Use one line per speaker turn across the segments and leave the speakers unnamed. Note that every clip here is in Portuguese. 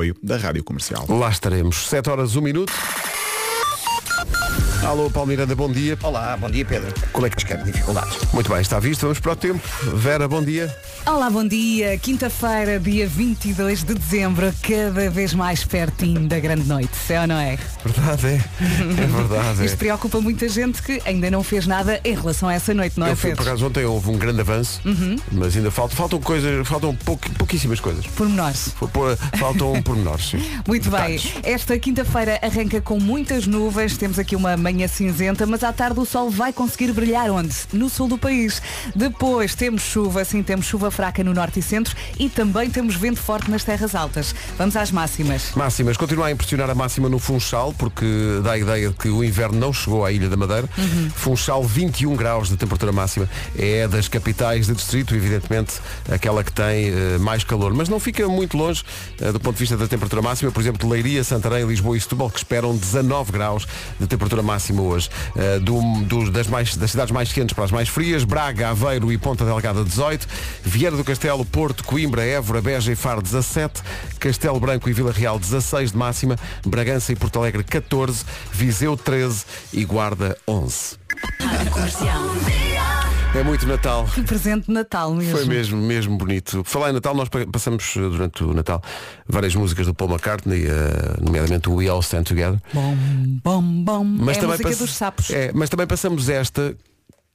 apoio da Rádio Comercial.
Lá estaremos. 7 horas, 1 minuto. Alô, Paulo Miranda, bom dia.
Olá, bom dia Pedro. Como é que escreve dificuldades?
Muito bem, está visto, vamos para o tempo. Vera, bom dia.
Olá, bom dia. Quinta-feira, dia 22 de dezembro, cada vez mais pertinho da grande noite, é ou não é?
Verdade é, é verdade.
Isto preocupa muita gente que ainda não fez nada em relação a essa noite, não
Eu
é,
fui, por
Pedro?
acaso, ontem houve um grande avanço,
Uhum.
mas ainda faltam, faltam coisas, faltam pouqui- pouquíssimas coisas.
Pormenores.
Pô- Faltam pormenores, sim.
Muito
Detalhes.
bem, esta quinta-feira arranca com muitas nuvens, temos aqui uma manhã cinzenta, mas à tarde o sol vai conseguir brilhar onde? No sul do país. Depois temos chuva, sim, temos chuva fraca no norte e centro e também temos vento forte nas terras altas. Vamos às máximas.
Máximas, continua a impressionar a máxima no Funchal, porque dá a ideia de que o inverno não chegou à Ilha da Madeira. Funchal, 21 graus de temperatura máxima. É das capitais de distrito, evidentemente, aquela que tem eh, mais calor. Mas não fica muito longe eh, do ponto de vista da temperatura máxima. Por exemplo, Leiria, Santarém, Lisboa e Setúbal, que esperam 19 graus de temperatura máxima hoje. Eh, do- do- das, mais- das cidades mais quentes para as mais frias, Braga, Aveiro e Ponta Delgada, 18. Vieira do Castelo, Porto, Coimbra, Évora, Beja e Faro, 17. Castelo Branco e Vila Real, 16 de máxima. Bragança e Porto Alegre, 14. Viseu, 13. E Guarda, 11. É muito Natal.
Que presente de Natal mesmo.
Foi mesmo, mesmo bonito. Por falar em Natal, nós pa- passamos eh, durante o Natal várias músicas do Paul McCartney, eh, nomeadamente o We All Stand Together.
Bom, bom, bom. é a música
pass-
dos sapos.
É, mas também passamos esta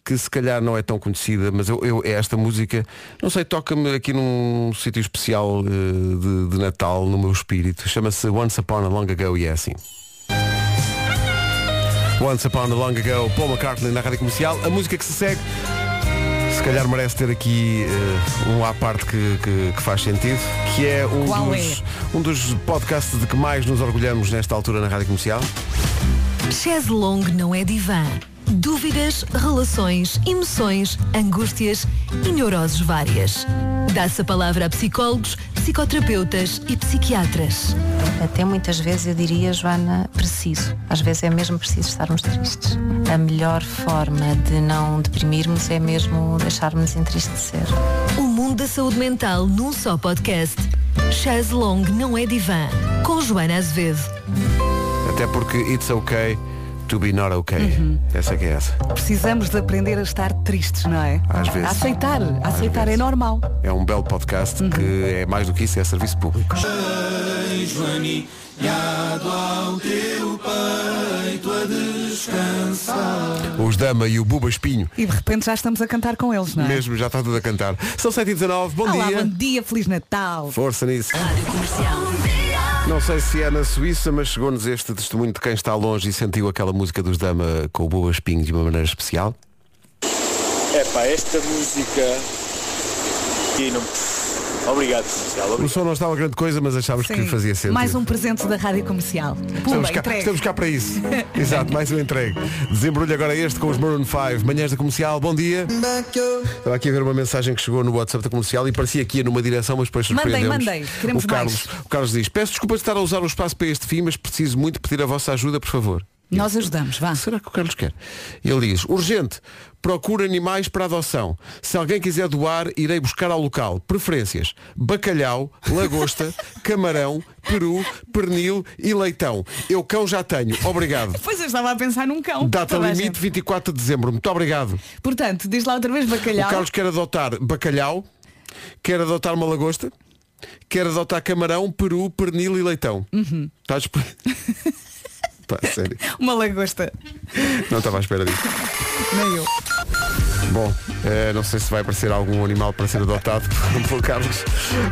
que se calhar não é tão conhecida, mas eu, eu- é esta música, não sei, toca-me aqui num sítio especial eh, de, de Natal no meu espírito. Chama-se Once Upon a Long Ago e é assim. Once Upon a Long Ago, Paul McCartney na rádio comercial. A música que se segue se calhar merece ter aqui eh, um à parte que, que- que faz sentido, que é um
Qual é?
dos, um dos podcasts de que mais nos orgulhamos nesta altura na Rádio Comercial.
Chaz Long não é divã. Dúvidas, relações, emoções, angústias e neuroses várias. Dá-se a palavra a psicólogos, psicoterapeutas e psiquiatras.
Até muitas vezes eu diria, Joana, preciso. Às vezes é mesmo preciso estarmos tristes. A melhor forma de não deprimirmos é mesmo deixarmos entristecer.
O mundo da saúde mental num só podcast. Chaz Long não é divã. Com Joana Azevedo.
Até porque it's okay to be not okay.
Uhum.
Essa que é essa.
Precisamos de aprender a estar tristes, não é?
Às vezes.
A aceitar, a aceitar é
vezes.
normal.
É um belo podcast
Uhum.
que é mais do que isso, é serviço público. Os Dama e o Buba Espinho.
E de repente já estamos a cantar com eles, não é?
Mesmo já está tudo a cantar. São 7h19, bom
Olá,
dia.
bom dia, Feliz Natal.
Força nisso. Não sei se é na Suíça, mas chegou-nos este testemunho de quem está longe e sentiu aquela música dos Dama com o Buba Espinho de uma maneira especial.
Epá, esta música. E não... Obrigado, comercial.
O
Obrigado.
som não estava grande coisa, mas achámos que
Sim.
fazia sentido.
Mais um presente da Rádio Comercial. Pumba,
Estamos cá,
entregue.
estamos cá para isso. Exato, mais um entregue. Desembrulho agora este com os Maroon 5. Manhãs da Comercial, bom dia. Estava aqui a ver uma mensagem que chegou no WhatsApp da Comercial e parecia que ia numa direção, mas depois
Mandem,
surpreendeu
mandem. Queremos
o Carlos,
mais.
o Carlos diz, peço desculpa de estar a usar o espaço para este fim, mas preciso muito pedir a vossa ajuda, por favor.
Nós ajudamos, vá.
Será que o Carlos quer? Ele diz, urgente, procura animais para adoção. Se alguém quiser doar, irei buscar ao local. Preferências, bacalhau, lagosta, camarão, peru, pernil e leitão. Eu cão já tenho, obrigado.
Pois eu estava a pensar num cão.
Data
Toda a
um limite 24 de dezembro. Muito obrigado.
gente. Portanto, diz lá outra vez
O
bacalhau.
Carlos quer adotar bacalhau, quer adotar uma lagosta, quer adotar camarão, peru, pernil e leitão. Tá Está disponível? Pá, Tá, sério.
Uma lagosta.
Não estava à espera disso.
Nem eu.
Bom, eh, não sei se vai aparecer algum animal para ser adotado pelo Carlos.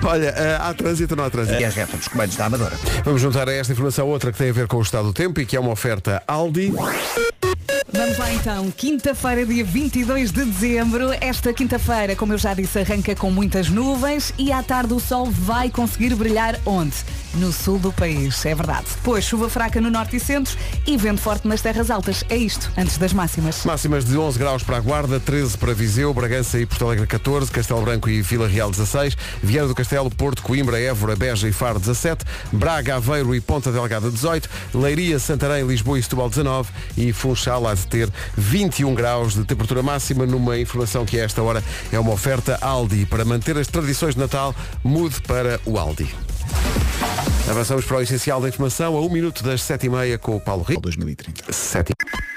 Olha, eh, há trânsito ou não há trânsito?
E É a reta dos comandos da Amadora.
Vamos juntar a esta informação outra que tem a ver com o estado do tempo e que é uma oferta Aldi.
Vamos lá então, quinta-feira, dia 22 de dezembro. Esta quinta-feira, como eu já disse, arranca com muitas nuvens e à tarde o sol vai conseguir brilhar onde? No sul do país, é verdade. Depois, chuva fraca no norte e centro e vento forte nas terras altas. É isto, antes das máximas.
Máximas de 11 graus para a Guarda, 13 para Viseu, Bragança e Porto Alegre 14, Castelo Branco e Vila Real 16, Vieira do Castelo, Porto, Coimbra, Évora, Beja e Faro 17, Braga, Aveiro e Ponta Delgada 18, Leiria, Santarém, Lisboa e Setúbal 19 e Funchal há de ter 21 graus de temperatura máxima numa informação que a esta hora é uma oferta Aldi. Para manter as tradições de Natal, mude para o Aldi. Avançamos para o essencial da informação a um minuto das sete e meia com o Paulo Rico.
2030.
Sete e-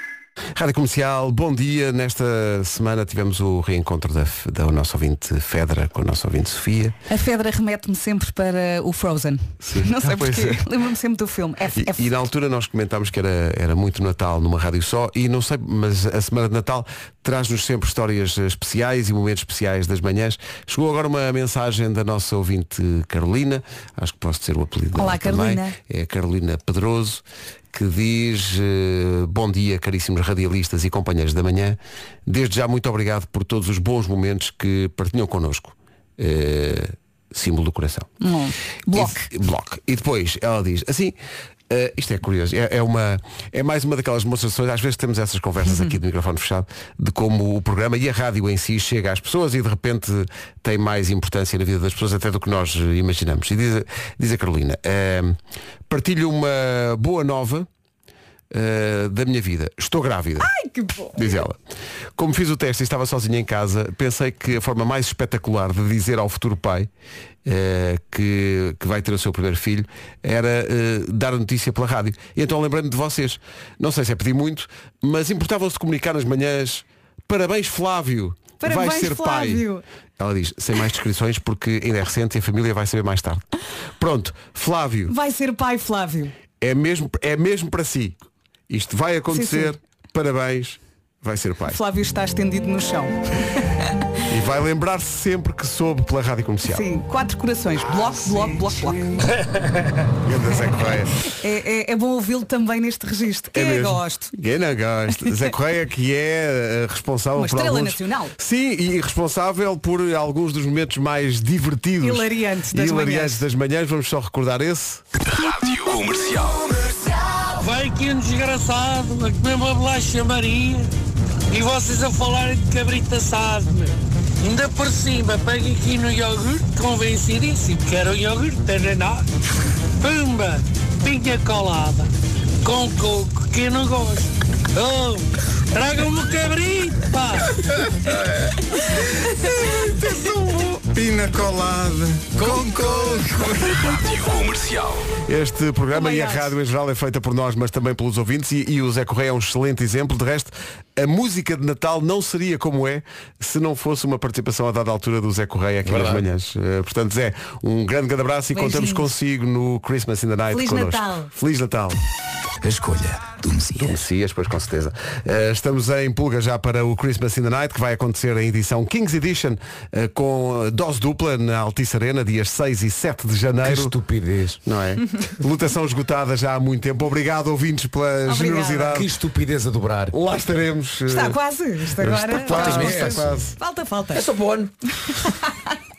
Rádio Comercial, bom dia. Nesta semana tivemos o reencontro da, F- da nossa ouvinte Fedra com a nossa ouvinte Sofia.
A Fedra remete-me sempre para o Frozen.
Sim.
Não sei
Ah, pois
porquê.
é.
Lembro-me sempre do filme. F, É F.
E, e na altura nós comentámos que era, era muito Natal numa rádio só e não sei, mas a semana de Natal traz-nos sempre histórias eh, especiais e momentos especiais das manhãs. Chegou agora uma mensagem da nossa ouvinte Carolina, acho que posso dizer o apelido dela
Olá,
também.
Carolina.
É a Carolina Pedroso, que diz eh, bom dia, caríssimos radialistas e companheiros da manhã. Desde já muito obrigado por todos os bons momentos que partilham connosco. Eh, símbolo do coração.
Hum. Bloco.
E, bloco. E depois ela diz assim, eh, isto é curioso, é, é uma, é mais uma daquelas demonstrações, às vezes temos essas conversas aqui do microfone fechado, de como o programa e a rádio em si chega às pessoas e de repente tem mais importância na vida das pessoas até do que nós eh, imaginamos. E diz, a- diz a Carolina, ehm, partilho uma boa nova eh, da minha vida. Estou grávida.
Ai, que bom.
Diz ela. Como fiz o teste e estava sozinha em casa, pensei que a forma mais espetacular de dizer ao futuro pai eh, que, que vai ter o seu primeiro filho era eh, dar a notícia pela rádio. E então lembrei-me de vocês. Não sei se é pedir muito, mas importavam-se de comunicar nas manhãs. Parabéns, Flávio!
Parabéns,
vai ser
Flávio."
pai. Ela diz, sem mais descrições, porque ainda é recente e a família vai saber mais tarde. Pronto, Flávio,
Vai ser pai Flávio.
é mesmo, é mesmo para si. Isto vai acontecer.
sim.
Parabéns, vai ser pai.
Flávio está estendido no chão.
E vai lembrar-se sempre que soube pela rádio comercial.
Sim, quatro corações. Bloco, bloco, bloco, bloco.
Ganda Zé Correia.
É, é- é bom ouvi-lo também neste registro. que
É
é
mesmo.
gosto.
Eu não gosto. Zé Correia que é eh, responsável
Uma
por
estrela
alguns...
nacional.
Sim, e responsável por alguns dos momentos mais divertidos.
Hilariantes
e
das
hilariantes
manhãs.
das manhãs. Vamos só recordar esse.
Vai aqui um desgraçado a comer uma bolacha Maria e vocês a falarem de cabrito assado, meu. Ainda por cima, pega aqui no iogurte, convencidíssimo que era um iogurte, não é nada. Pumba, pinha colada, com coco, que eu não gosto. Oh, tragam-me o cabrito, pá!
Pina colada. Com coco.
Este programa
Oh my
e a
gosh.
rádio em geral é feita por nós, mas também pelos ouvintes e, e o Zé Correia é um excelente exemplo. De resto, a música de Natal não seria como é se não fosse uma participação a dada altura do Zé Correia aqui nas manhãs. Eh, portanto, Zé, um grande, grande abraço e
Beijinhos.
contamos consigo no Christmas in the Night
Feliz
connosco.
Natal.
Feliz Natal.
A escolha do Messias.
Messias, pois com certeza. Eh, estamos em pulga já para o Christmas in the Night, que vai acontecer em edição Kings Edition, eh, com dose dupla na Altice Arena, dias 6 e 7 de janeiro.
estupidez.
Não é? Lutação esgotada já há muito tempo. Obrigado, ouvintes, pela
Obrigada.
generosidade.
Que estupidez a dobrar.
Lá estaremos. eh,
Está quase. Isto agora.
Está quase,
Falta,
está quase.
Falta, falta.
É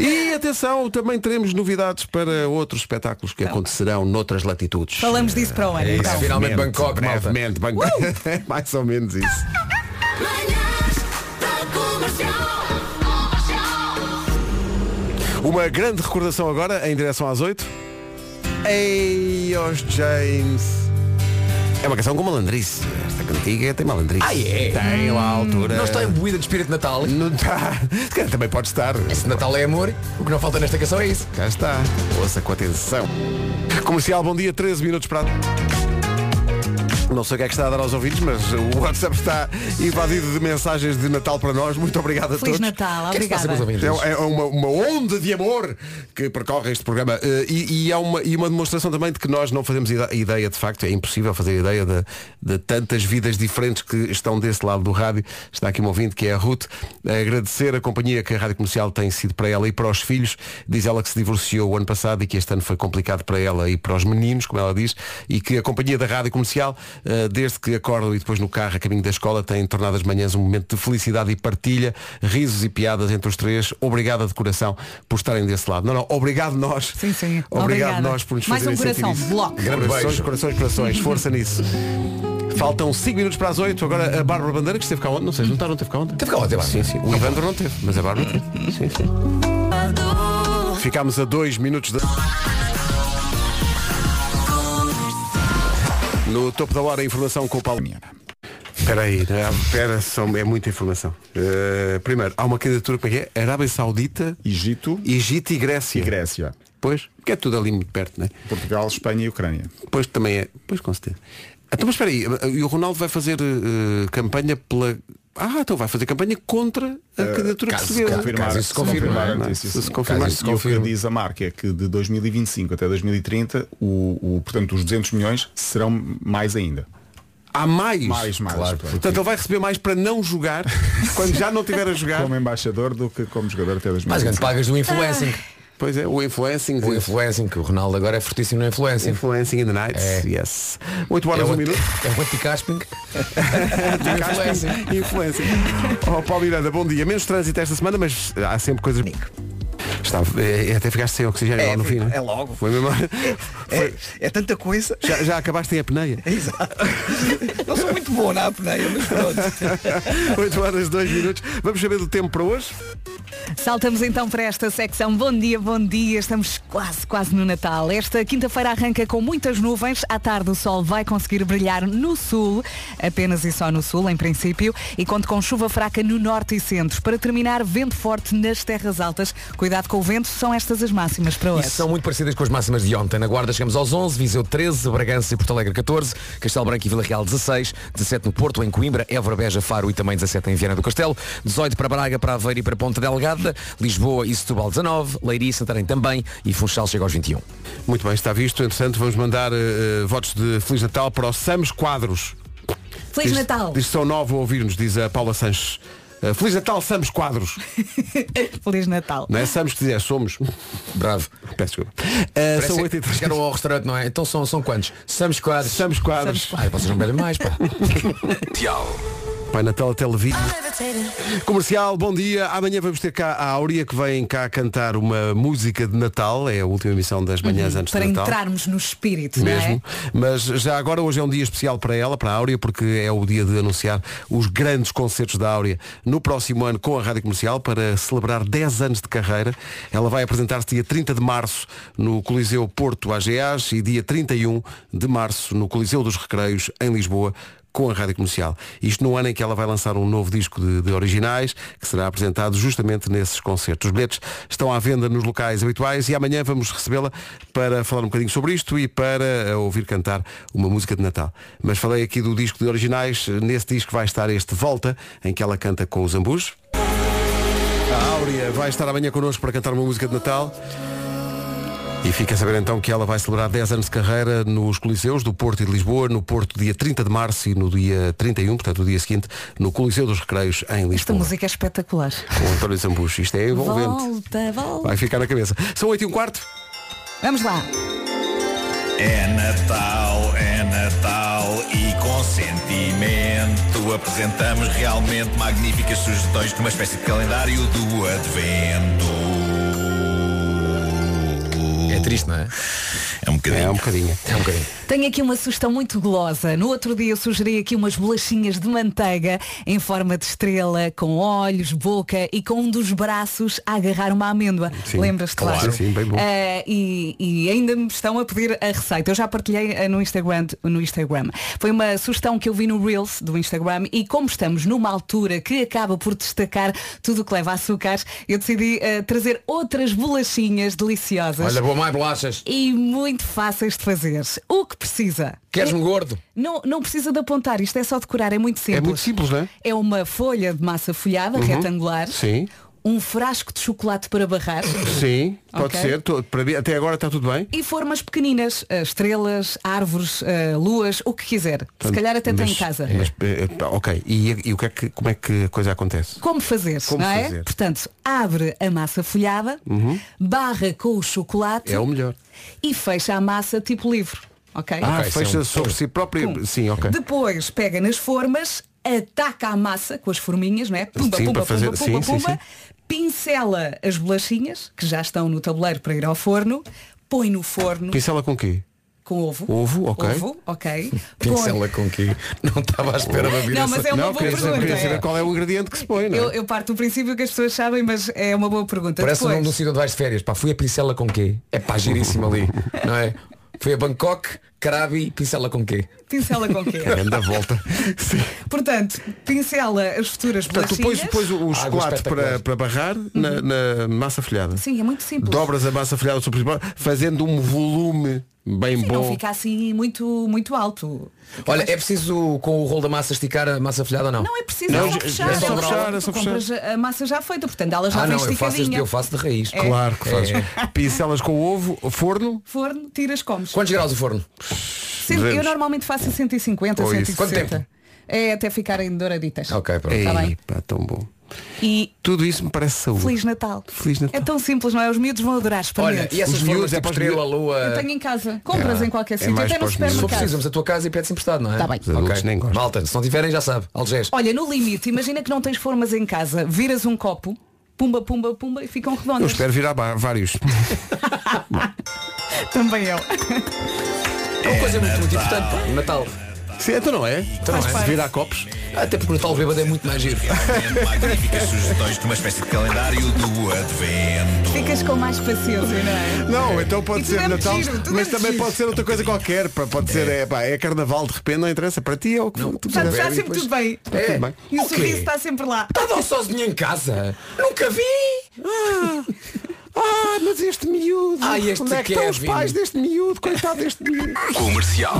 E atenção, também teremos novidades para outros espetáculos
Então.
que acontecerão noutras latitudes.
Falamos disso para o
É
ano. então.
Finalmente Bangkok, malta. Uh!
brevemente, Bangkok. É mais ou menos isso. Uma grande recordação agora, em direção às 8. Ei, aos James. É uma canção com malandrice. Esta cantiga tem malandrice.
Ah, é?
Tem lá a altura.
Não está imbuída de espírito de Natal.
Não está. Se calhar também pode estar.
Se Natal é amor, o que não falta nesta canção é isso.
Cá está. Ouça com atenção. Comercial, bom dia, 13 minutos para. Não sei o que é que está a dar aos ouvintes, mas o WhatsApp está invadido de mensagens de Natal para nós. Muito obrigado a
Feliz
todos.
Natal.
O que é que se passa com os
Obrigada.
ouvintes?
É, é uma, uma onda de amor que percorre este programa Eh, e, e há uma, e uma demonstração também de que nós não fazemos ida- ideia, de facto, é impossível fazer ideia de, de tantas vidas diferentes que estão desse lado do rádio. Está aqui um ouvinte que é a Ruth, a agradecer a companhia que a Rádio Comercial tem sido para ela e para os filhos. Diz ela que se divorciou o ano passado e que este ano foi complicado para ela e para os meninos, como ela diz, e que a companhia da Rádio Comercial, eh, desde que acordam e depois no carro a caminho da escola, tem tornado as manhãs um momento de felicidade e partilha, risos e piadas entre os três. Obrigada de coração por estarem desse lado. Não, não, obrigado nós.
Sim, sim.
Obrigado
Obrigada.
nós por nos
Mais
fazerem
um coração.
sentir isso.
Bloco.
Grande
corações,
beijo.
corações, corações. Força nisso. Faltam 5 minutos para as 8. Agora a Bárbara Bandeira, que esteve cá ontem, não sei, não está, não teve cá ontem.
Teve cá ontem, Bárbara.
Sim, sim. O Ivandro não teve, mas a Bárbara teve. Sim, sim. Ficámos a 2 minutos da. No topo da hora, a informação com o Paulo. Espera aí, ah, espera, são- é muita informação. é Eh, primeiro, há uma candidatura para quê? Arábia Saudita,
Egito
Egito e Grécia.
e Grécia.
Pois, porque é tudo ali muito perto, não é?
Portugal, Espanha e Ucrânia.
Pois também é. Pois com certeza. Então, mas espera aí, e o Ronaldo vai fazer eh, campanha pela. Ah, então vai fazer campanha contra a candidatura
caso
portuguesa.
confirmar. Caso isso se confirme,
confirmar a
não é?
notícia,
Se se
sim.
confirmar.
Caso isso se
E o
confirme. E o que diz a marca é que de 2025 até 2030, o, o, portanto, os 200 milhões serão mais ainda.
Há mais.
Mais, mais.
Claro,
Portanto,
Portanto, ele vai receber mais para não jogar, quando já não tiver a jogar.
Como embaixador do que como jogador até
Mais
2025.
grande pagas do influencing.
Pois é, o influencing.
O influencing, que o Ronaldo agora é fortíssimo no influencing.
Influencing in the night.
É.
Yes. 8
É
horas,
o,
um minuto.
é o anti-casping.
Influencing. Influencing. Oh, Paulo Miranda, bom dia. Menos trânsito esta semana, mas há sempre coisas. Está, é, até ficaste sem oxigênio lá no fim, não
é logo.
Foi mesmo.
É, é tanta coisa.
Já, já acabaste em apneia?
Exato. Não sou muito bom na apneia, mas pronto.
8 horas, 2 minutos. Vamos saber do tempo para hoje?
Saltamos então para esta secção. Bom dia, bom dia. Estamos quase, quase no Natal. Esta quinta-feira arranca com muitas nuvens. À tarde o sol vai conseguir brilhar no sul, apenas e só no sul, em princípio, e conta com chuva fraca no norte e centro. Para terminar, vento forte nas terras altas. Cuidado com o vento, são estas as máximas para
E
hoje.
são muito parecidas com as máximas de ontem. Na Guarda chegamos aos 11, Viseu 13, Bragança e Porto Alegre 14, Castelo Branco e Vila Real 16, 17 no Porto, em Coimbra, Évora, Beja, Faro e também 17 em Viana do Castelo, 18 para Braga, para Aveiro e para Ponta Delgada, Lisboa e Setúbal 19, Leiria e Santarém também e um. Funchal chega aos 21.
Muito bem, está visto. Entretanto, vamos mandar eh, votos de Feliz Natal para o Samos Quadros.
Feliz
Diz-
Natal!
Diz que são nove a ouvir-nos, diz a Paula Sanches. Eh, Feliz Natal, Samos Quadros.
Feliz Natal.
Não é Samos que dizer, somos.
Bravo.
Peço desculpa. Eh,
Parece
são
que
8 e 3.
Chegaram ao restaurante, não é? Então são, são quantos? Somos quadros.
Samos Quadros.
Ai, vocês não bebem mais, pá.
Pai Natal até Levi. Comercial, bom dia. Amanhã vamos ter cá a Áurea que vem cá cantar uma música de Natal. É a última emissão das manhãs antes
Para
de Natal.
entrarmos no espírito, não é?
Mesmo, mas já agora hoje é um dia especial para ela, para a Áurea, porque é o dia de anunciar os grandes concertos da Áurea no próximo ano com a Rádio Comercial para celebrar 10 anos de carreira. Ela vai apresentar-se dia 30 de março no Coliseu Porto AGAs e dia 31 de março no Coliseu dos Recreios em Lisboa com a Rádio Comercial. Isto no ano em que ela vai lançar um novo disco de, de originais, que será apresentado justamente nesses concertos. Os bilhetes estão à venda nos locais habituais e amanhã vamos recebê-la para falar um bocadinho sobre isto e para eh, ouvir cantar uma música de Natal. Mas falei aqui do disco de originais, nesse disco vai estar este Volta, em que ela canta com os Ambus. A Áurea vai estar amanhã connosco para cantar uma música de Natal. E fica a saber então que ela vai celebrar 10 anos de carreira nos Coliseus do Porto e de Lisboa, no Porto dia 30 de março e no dia 31, portanto o dia seguinte, no Coliseu dos Recreios em
Esta
Lisboa.
música é espetacular.
Com António Zambucho. Isto é envolvente.
Volta, volta.
Vai ficar na cabeça. São 8 e um quarto.
Vamos lá.
É Natal, é Natal e com sentimento apresentamos realmente magníficas sugestões numa espécie de calendário do Advento.
É triste, não é?
É um bocadinho.
É um bocadinho.
É um bocadinho.
Tenho aqui uma sugestão muito gulosa. No outro dia eu sugeri aqui umas bolachinhas de manteiga em forma de estrela, com olhos, boca e com um dos braços a agarrar uma amêndoa. Lembras-te, claro.
claro. Sim, sim, bem bom.
Eh, e, e ainda me estão a pedir a receita. Eu já partilhei eh, no Instagram, no Instagram. Foi uma sugestão que eu vi no Reels do Instagram e como estamos numa altura que acaba por destacar tudo o que leva açúcar, eu decidi eh, trazer outras bolachinhas deliciosas.
Olha, boa mais bolachas.
E muito fáceis de fazer. O que precisa?
Queres-me gordo?
Não, não precisa de apontar, isto é só decorar, é muito simples.
É muito simples, não é?
É uma folha de massa folhada, retangular.
Sim.
Um frasco de chocolate para barrar.
Sim, pode
Ok.
ser. Tô- para mim, até agora está tudo bem.
E formas pequeninas, eh, estrelas, árvores, eh, luas, o que quiser. Se calhar até tem em casa.
Mas, eh, pá, ok. E, e o que é que, como é que a coisa acontece?
Como fazer,
Como
não é?
fazer. Uhum.
Portanto, abre a massa folhada, barra com o chocolate
É o melhor.
e fecha a massa tipo livro. Ok?
Ah,
Ok,
fecha
são-
sobre si próprio.
Pum.
Sim, ok.
Depois pega nas formas, ataca a massa com as forminhas, não é? Pumba,
Sim,
pumba,
para fazer-
pumba,
sim,
pumba,
sim,
pumba. Pincela as bolachinhas, que já estão no tabuleiro para ir ao forno. Põe no forno
Pincela com o quê?
com ovo.
Ovo, ok.
Ovo, ok. Põe-
Pincela com que não estava à espera da vida.
Não, mas é uma
não,
boa
queria saber,
pergunta.
queria
é.
saber qual é o ingrediente que se põe, não é?
Eu, eu parto do princípio que as pessoas sabem, mas é uma boa pergunta.
Parece o nome um
Depois,
do sítio onde vais de férias. Pá, fui a pincela com quê? É pá, giríssimo ali, não é? Fui a Bangkok, Crabi, pincela com quê?
Pincela com quê?
Anda, volta. Sim.
Portanto, pincela as futuras
Portanto, tu pões,
bolachinhas.
pões o, o chocolate para,
espetacular.
para barrar na, na massa folhada.
Sim, é muito simples.
Dobras a massa folhada sobre o principal, fazendo um volume bem
Sim, não
bom.
fica assim muito, muito alto.
Olha, é preciso com o rolo da massa esticar a massa folhada ou não?
Não é preciso
Não,
é só
é
fechar.
só
Tu
fechar, é só
compras a massa já feita, portanto ela já
Ah
vem
não, eu faço, este,
esticadinha.
eu faço de raiz.
é.
Claro que faz. Pincelas com ovo, forno,
Forno, tiras, comes.
Quantos graus o forno?
Cento- eu
200.
normalmente faço a 150,
Ou isso.
160.
Quanto tempo?
É até ficarem douraditas.
Ok, pronto.
Ei,
Tá bem.
pá, tão bom.
E
Tudo isso me parece saúde.
Feliz Natal.
Feliz Natal.
É tão simples, não é? Os miúdos vão adorar
Olha,
espanhar.
e essas
Os miúdos
formas
é
tipo
para os
estrela,
miúdos.
lua.
Eu tenho em casa. Compras
É,
em qualquer
é
sítio,
mais
até
para
no
os miúdos.
Se for
supermercado.
preciso, vamos à tua casa e pede-se emprestado, não é?
Tá bem.
Os adultos
Ok.
nem gostam.
Malta, se não tiverem já sabe, algesto.
Olha, no limite, imagina que não tens formas em casa, viras um copo, pumba, pumba, pumba e ficam
Eu
redondas.
espero virar ba- vários.
Também eu.
É uma coisa muito, muito importante, pá, Natal.
Sim, então não é? Então
Faz
não é.
parte.
Virar copos.
Até porque o Natal bêbado é muito mais giro.
Realmente magníficas sugestões de uma espécie de calendário do advento.
Ficas com mais paciência, não é?
Não, então pode
E tu
ser
deve
Natal,
giro, tu
mas
deve
também
giro.
pode ser outra coisa qualquer. pá, Pode ser, é, pá, é carnaval, de repente não interessa. Para ti é o que tu
Já,
quiseres.
já sempre tudo bem.
É. Tudo bem.
E o
Ok.
sorriso está sempre lá.
Estava sozinho em casa? Nunca vi!
Ah, mas este miúdo.
Ah, este
onde é que estão os
Kevin.
pais deste miúdo? Coitado deste miúdo.
Comercial.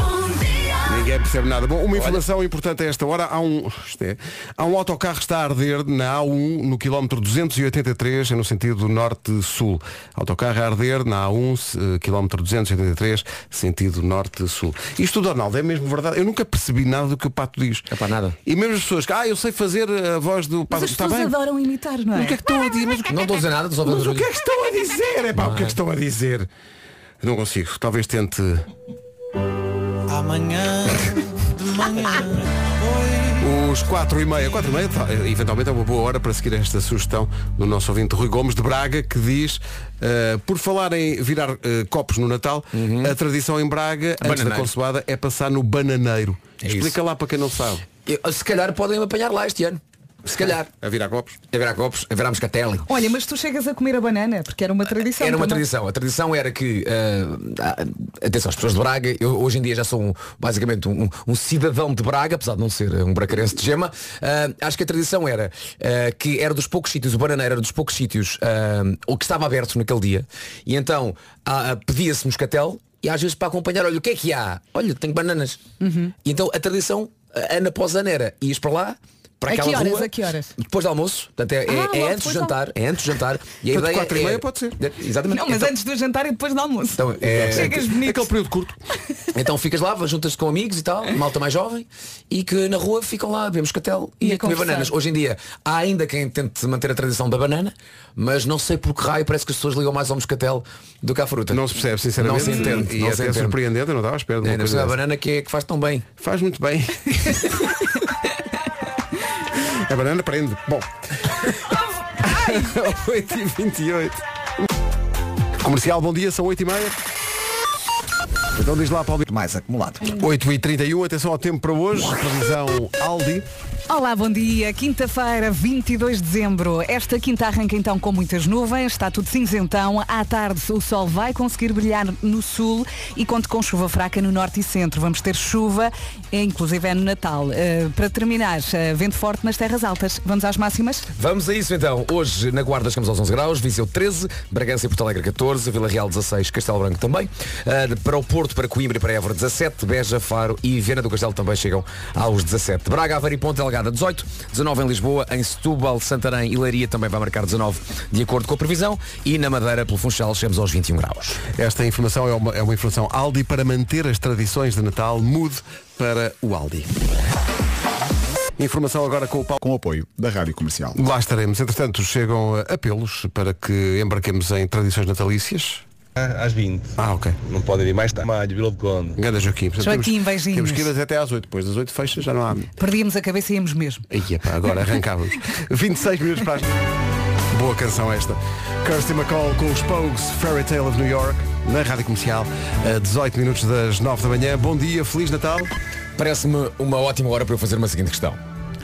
Ninguém percebe nada. Bom, uma informação importante a esta hora. Há um, isto é, há um autocarro que está a arder na A1, no quilómetro 283, é no sentido norte-sul. Autocarro a arder na A1, eh, quilómetro 283, sentido norte-sul. Isto, Donaldo, é mesmo verdade. Eu nunca percebi nada do que o Pato diz.
Epá, É nada.
E mesmo as pessoas que, ah, eu sei fazer a voz do
Mas
Pato.
as
Está
pessoas
tá bem.
adoram imitar, não é?
Mas o que é que estão a dizer? Mas,
Não estou a dizer nada, só
mas
vou
o que
dizer.
é que estão a dizer? Epá, o que é que estão a dizer? Não consigo. Talvez tente...
Amanhã, de manhã.
Os 4 e meia, 4 e meia, tá, eventualmente é uma boa hora para seguir esta sugestão do nosso ouvinte Rui Gomes de Braga, que diz, eh, por falar em virar eh, copos no Natal, a tradição em Braga, antes da
Bananeiro.
consoada, é passar no bananeiro.
É
Explica
isso.
lá para quem não sabe.
Eu- se calhar podem apanhar lá este ano. Se calhar.
A virar copos?
Haverá copos, haverá moscatelli.
Olha, mas tu chegas a comer a banana, porque era uma tradição.
Era uma
também.
tradição. A tradição era que, ah, ah, atenção, as pessoas de Braga, eu hoje em dia já sou um, basicamente um, um- um cidadão de Braga, apesar de não ser um bracarense de gema, ah, acho que a tradição era ah, que era dos poucos sítios, o bananeiro era dos poucos sítios ah, o que estava aberto naquele dia, e então ah, ah, pedia-se moscatel, e às vezes para acompanhar, olha, o que é que há? Olha, tenho bananas.
Uhum.
E então a tradição, ah, ano após ano, era ias para lá, para
A que
aquela
horas?
rua,
A que horas?
Depois do almoço, portanto é, é-
Ah,
é
logo
antes do
depois do
jantar, é antes do jantar. E a
Portanto,
ideia
quatro e
é-
meia pode ser.
Exatamente.
Não, mas é
Então-
antes do jantar e depois do almoço.
Então, é-
Chegas bonito.
Aquele período curto.
Então ficas lá, juntas-te com amigos e tal, malta mais jovem, e que na rua ficam lá, bebemos catel e,
E a
a comer
conversar.
bananas. Hoje em dia há ainda quem tente manter a tradição da banana, mas não sei por que raio parece que as pessoas ligam mais ao moscatel do que à fruta.
Não se percebe, sinceramente.
Não se entende.
E
não
é
se
até
entende.
surpreendente, eu não estava à espera de uma
Ainda por
coisa
cima a
dessa.
banana que, é, que faz tão bem.
Faz muito bem. a banana prende. Bom. 8 e 28. Comercial, bom dia, são 8 e meia. Então diz lá, Paulo.
Mais acumulado.
8 e 31, atenção ao tempo para hoje. Previsão Aldi.
Olá, bom dia. Quinta-feira, 22 de dezembro. Esta quinta arranca então com muitas nuvens, está tudo cinzentão. À tarde o sol vai conseguir brilhar no sul e conto com chuva fraca no norte e centro. Vamos ter chuva, eh, inclusive é no Natal. Eh, para terminar, eh, vento forte nas terras altas. Vamos às máximas?
Vamos a isso então. Hoje na Guarda chegamos aos 11 graus, Viseu 13, Bragança e Porto Alegre 14, Vila Real 16, Castelo Branco também. Ah, para o Porto, para Coimbra e para Évora 17, Beja, Faro e Viana do Castelo também chegam aos 17. Braga, Aveiro e Ponte Delgada 18, 19 em Lisboa, em Setúbal, Santarém e Leiria também vai marcar 19 de acordo com a previsão e na Madeira, pelo Funchal, chegamos aos 21 graus.
Esta informação é uma, é uma informação Aldi para manter as tradições de Natal. Mude para o Aldi. Informação agora com o Paulo.
Com o apoio da Rádio Comercial.
Lá estaremos. Entretanto, chegam eh, apelos para que embarquemos em tradições natalícias.
às 20.
Ah, ok.
Não podem vir mais tarde. Malho, Vila de Conde.
Ganda Joaquim. Portanto,
Joaquim,
temos-
beijinhos.
Temos que ir até às 8. Depois das 8 fecha, já não há.
Perdíamos a cabeça e íamos mesmo.
Aí, epá, agora arrancávamos. 26 minutos para as... Boa canção esta. Kirsty McCall com os Pogues, Fairy Tale of New York, na Rádio Comercial, a 18 minutos das 9 da manhã. Bom dia, Feliz Natal.
Parece-me uma ótima hora para eu fazer uma seguinte questão.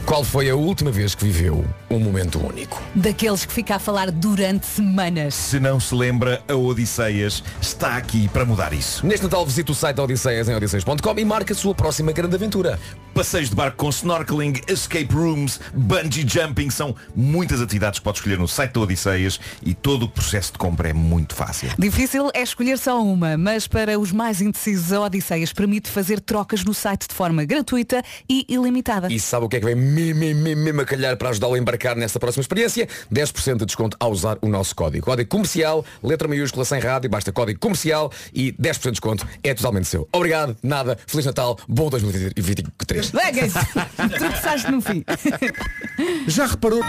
Qual foi a última vez que viveu um momento único?
Daqueles que fica a falar durante semanas.
Se não se lembra, a Odisseias está aqui para mudar isso.
Neste Natal visita o site da Odisseias em odisseias.com e marca a sua próxima grande aventura.
Passeios de barco com snorkeling, escape rooms, bungee jumping São muitas atividades que pode escolher no site da Odisseias E todo o processo de compra é muito fácil
Difícil é escolher só uma, mas para os mais indecisos, a Odisseias permite fazer trocas no site de forma gratuita e ilimitada.
E sabe o que é que vem mesmo, mesmo, mesmo a calhar para ajudá-lo a embarcar nesta próxima experiência? 10% de desconto ao usar o nosso código. Código comercial, letra maiúscula sem rádio, basta código comercial e 10% de desconto é totalmente seu. Obrigado, nada, Feliz Natal, bom 2023.
Legas! Tropeçaste no fim. É
Já reparou?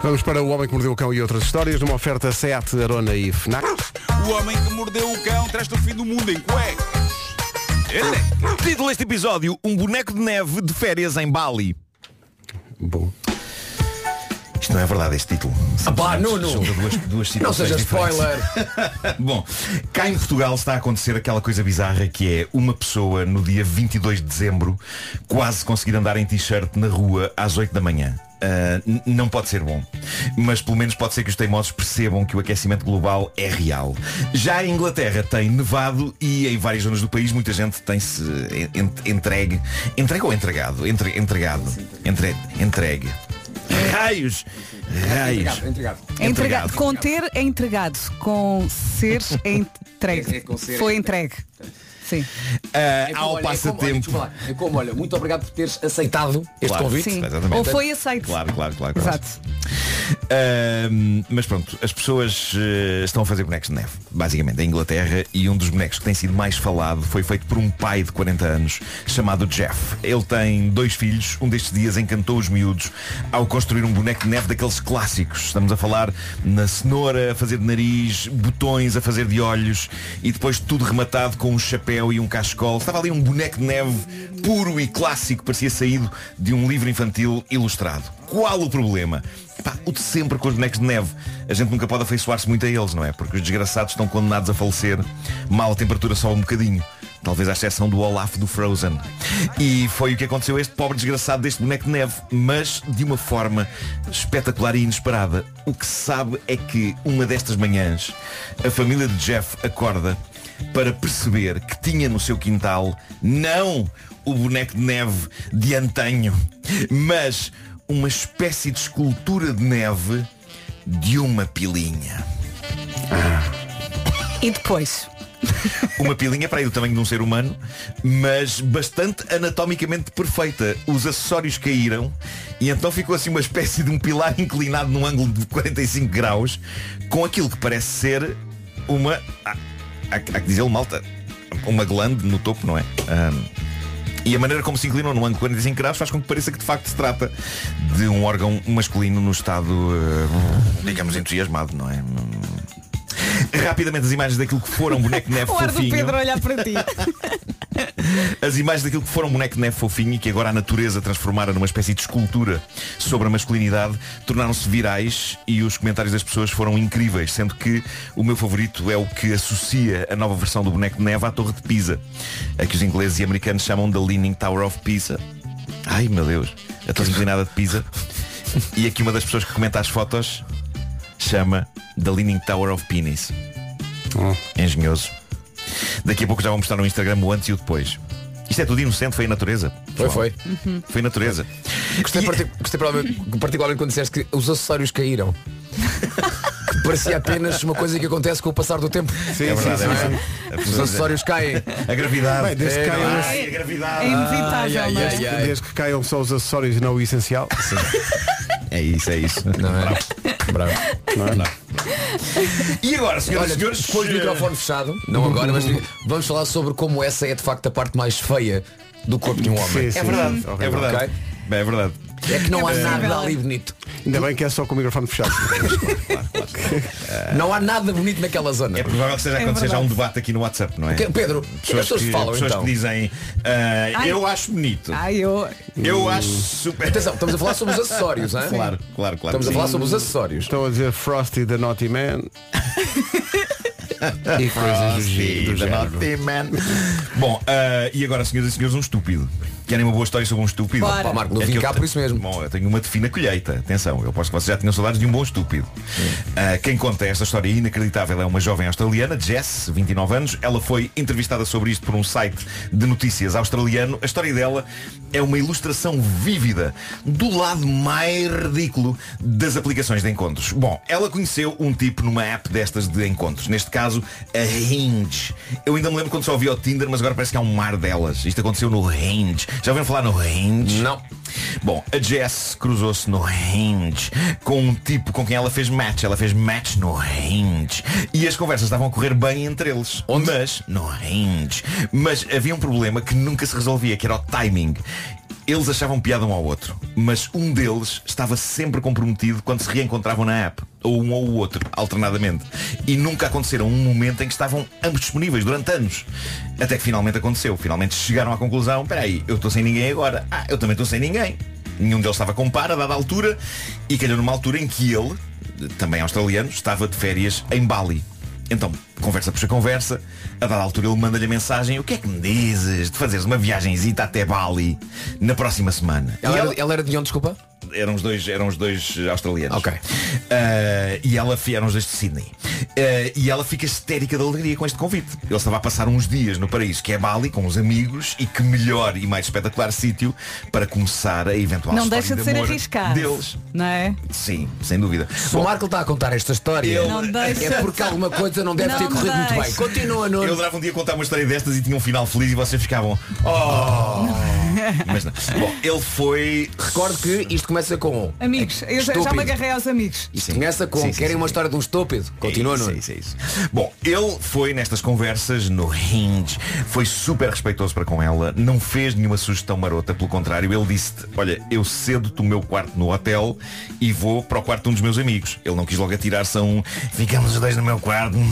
Vamos para O Homem que Mordeu o Cão e outras histórias numa oferta SEAT, Arona e FNAC.
O homem que mordeu o cão traz-te o fim do mundo em cuecas é Título deste episódio Um boneco de neve de férias em Bali
Bom
Isto não é verdade este título
Apá, Nuno!
São de duas, duas
Não
situações
seja
diferentes.
spoiler!
Bom, cá em Portugal está a acontecer aquela coisa bizarra que é uma pessoa no dia 22 de dezembro quase conseguir andar em t-shirt na rua às 8 da manhã. Ah, n- não pode ser bom, mas pelo menos pode ser que os teimosos percebam que o aquecimento global é real. Já a Inglaterra tem nevado e em várias zonas do país muita gente tem-se en- entregue, entregue ou entregado? Entre, entregado, Entre- entregue. Raios! Raios!
Entregado.
É entregado. Com ter é entregado. Com ser é entregue.
É com ser é
Foi entregue. Sim.
Ah,
É como,
ao
olha, é como, olha,
passatempo.
desculpa lá, É como, olha, muito obrigado por teres aceitado este
Claro,
convite.
Sim.
exatamente.
Ou foi aceito.
Claro, claro, claro. claro.
Exato.
Ahm, mas pronto, as pessoas eh, estão a fazer bonecos de neve, basicamente, em Inglaterra, e um dos bonecos que tem sido mais falado foi feito por um pai de 40 anos chamado Jeff. Ele tem dois filhos, um destes dias encantou os miúdos ao construir um boneco de neve daqueles clássicos. Estamos a falar na cenoura, a fazer de nariz, botões a fazer de olhos e depois tudo rematado com um chapéu e um cachecol. Estava ali um boneco de neve puro e clássico, parecia saído de um livro infantil ilustrado. Qual o problema? Epá, o de sempre com os bonecos de neve. A gente nunca pode afeiçoar-se muito a eles, não é? Porque os desgraçados estão condenados a falecer. Mal a temperatura sobe um bocadinho. Talvez à exceção do Olaf do Frozen. E foi o que aconteceu a este pobre desgraçado deste boneco de neve, mas de uma forma espetacular e inesperada. O que se sabe é que uma destas manhãs a família de Jeff acorda para perceber que tinha no seu quintal não o boneco de neve de antanho, mas uma espécie de escultura de neve de uma pilinha.
E depois?
Uma pilinha para aí do tamanho de um ser humano, mas bastante anatomicamente perfeita. Os acessórios caíram e então ficou assim uma espécie de um pilar inclinado num ângulo de 45 graus, com aquilo que parece ser uma. Há, há, há que dizê-lo malta. Uma glande no topo, não é? Ahm, e a maneira como se inclinou no ângulo de 45 graus faz com que pareça que de facto se trata de um órgão masculino no estado, eh, digamos, entusiasmado, não é? Rapidamente as imagens daquilo que foram boneco de neve
O ar do
fofinho.
Pedro a olhar para ti.
As imagens daquilo que foram um boneco de neve fofinho e que agora a natureza transformara numa espécie de escultura sobre a masculinidade tornaram-se virais e os comentários das pessoas foram incríveis, sendo que o meu favorito é o que associa a nova versão do boneco de neve à Torre de Pisa, a que os ingleses e americanos chamam da Leaning Tower of Pisa. Ai meu Deus, a Torre Inclinada de Pisa. E aqui uma das pessoas que comenta as fotos chama da Leaning Tower of Penis. Engenhoso. Daqui a pouco já vão mostrar no Instagram o antes e o depois. Isto é tudo inocente, foi a natureza.
Foi,
pessoal.
foi.
Foi a natureza.
Gostei,
E-
parti- gostei particularmente, particularmente quando disseste que os acessórios caíram. que parecia apenas uma coisa que acontece com o passar do tempo.
É verdade, é
não é?
verdade. A
Os
pessoa-
acessórios caem.
A gravidade.
Bem, desde que caiam
Ai,
os-
a gravidade.
É inevitável,
Ai, ai,
não é?
ai, ai.
Desde que caiam só os acessórios e não o essencial.
É isso, é isso.
Não é?
Bravo.
Bravo.
E agora, senhoras
Olha,
e senhores,
com o microfone fechado, não agora, mas vamos falar sobre como essa é de facto a parte mais feia do corpo de um homem.
Sim,
É
sim.
verdade, é
Horrível.
verdade.
Ok.
Bem, é verdade.
É que não há nada ali bonito.
Ainda bem que é só com o microfone fechado.
Não há nada bonito naquela zona.
É provável que esteja a acontecer já um debate aqui no WhatsApp, não é?
Que- Pedro, o que é que as pessoas
que,
falam
pessoas
então?
que dizem ah,
Ai.
eu acho bonito.
Ai, eu.
Eu acho super.
Atenção, estamos a falar sobre os acessórios, hein?
Claro, claro, claro.
Estamos a
Sim.
falar sobre os acessórios.
Estão a dizer Frosty the Naughty Man. e coisas do, gi- do
Ah, Sim, da
género.
Naughty Man. Bom, ah, e agora, senhoras e senhores, um estúpido. Querem uma boa história sobre um estúpido?
Bora. Pá, Marco, não vim
que eu
cá
te-
por isso mesmo.
Bom, eu tenho uma de fina colheita. Atenção, eu aposto que vocês já tinham saudades de um bom estúpido. Ah, quem conta esta história inacreditável é uma jovem australiana, Jess, 29 anos. Ela foi entrevistada sobre isto por um site de notícias australiano. A história dela é uma ilustração vívida do lado mais ridículo das aplicações de encontros. Bom, ela conheceu um tipo numa app destas de encontros. Neste caso, a Hinge. Eu ainda me lembro quando só ouvi o Tinder, mas agora parece que há um mar delas. Isto aconteceu no Hinge. Já ouviram falar no Hinge? Não. Bom, a Jess cruzou-se no Hinge com um tipo com quem ela fez match. Ela fez match no Hinge. E as conversas estavam a correr bem entre eles. Onde? Mas, no Hinge. Mas havia um problema que nunca se resolvia, que era o timing. Eles achavam piada um ao outro, mas um deles estava sempre comprometido quando se reencontravam na app, ou um ou o outro, alternadamente. E nunca aconteceram um momento em que estavam ambos disponíveis durante anos. Até que finalmente aconteceu. Finalmente chegaram à conclusão, espera aí, eu estou sem ninguém agora. Ah, eu também estou sem ninguém. Nenhum deles estava com par a dada altura e calhou numa altura em que ele, também australiano, estava de férias em Bali. Então, conversa puxa conversa, a dada altura ele manda-lhe a mensagem, o que é que me dizes de fazeres uma viagenzita até Bali na próxima semana?
Ela
E
era- ela era de onde, desculpa?
eram os dois, eram os dois australianos.
Ok.
Ah, e ela fi- eram os dois de Sydney. Ah, e ela fica histérica de alegria com este convite. Ele estava a passar uns dias no paraíso, que é Bali, com os amigos, e que melhor e mais espetacular sítio para começar a eventual
Não
história
deixa de ser
amor
arriscado.
Deles.
Não é?
Sim, sem dúvida.
Se o Marco está a contar esta história,
Ele-
Não deixa.
é porque alguma coisa não deve ter
Não
corrido muito bem.
deixa.
Continua, Nuno.
Eu dava um dia a contar uma história destas e tinha um final feliz e vocês ficavam Oh! Mas não. Bom, ele foi.
Recordo que isto começa com.
Amigos, eu já- já
Estúpido.
me agarrei aos amigos.
Isto começa com.
Sim, sim,
querem
sim,
uma
sim.
história de um estúpido? Continua, Nuno.
É isso, é isso, é isso. Bom, ele foi nestas conversas no Hinge, foi super respeitoso para com ela, não fez nenhuma sugestão marota, pelo contrário, ele disse-te, olha, eu cedo-te o meu quarto no hotel e vou para o quarto de um dos meus amigos. Ele não quis logo atirar-se a um, ficamos os dois no meu quarto.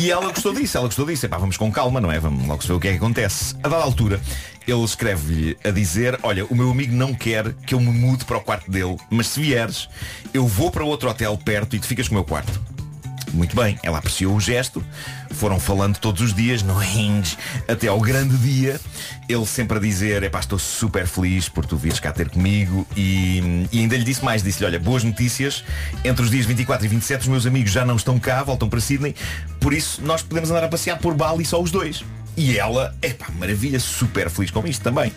E ela gostou disso, ela gostou disso. Epá, vamos com calma, não é? Vamos logo ver o que é que acontece. A dada altura, ele escreve-lhe a dizer, olha, o meu amigo não quer que eu me mude para o quarto dele, mas se vieres, eu vou para outro hotel perto e tu ficas com o meu quarto. Muito bem, ela apreciou o gesto, foram falando todos os dias no Hinge, até ao grande dia, ele sempre a dizer, epá, estou super feliz por tu vires cá ter comigo e, e ainda lhe disse mais, disse-lhe, olha, boas notícias, entre os dias 24 e 27 os meus amigos já não estão cá, voltam para Sydney, por isso nós podemos andar a passear por Bali só os dois. E ela, epá, maravilha, super feliz com isto também.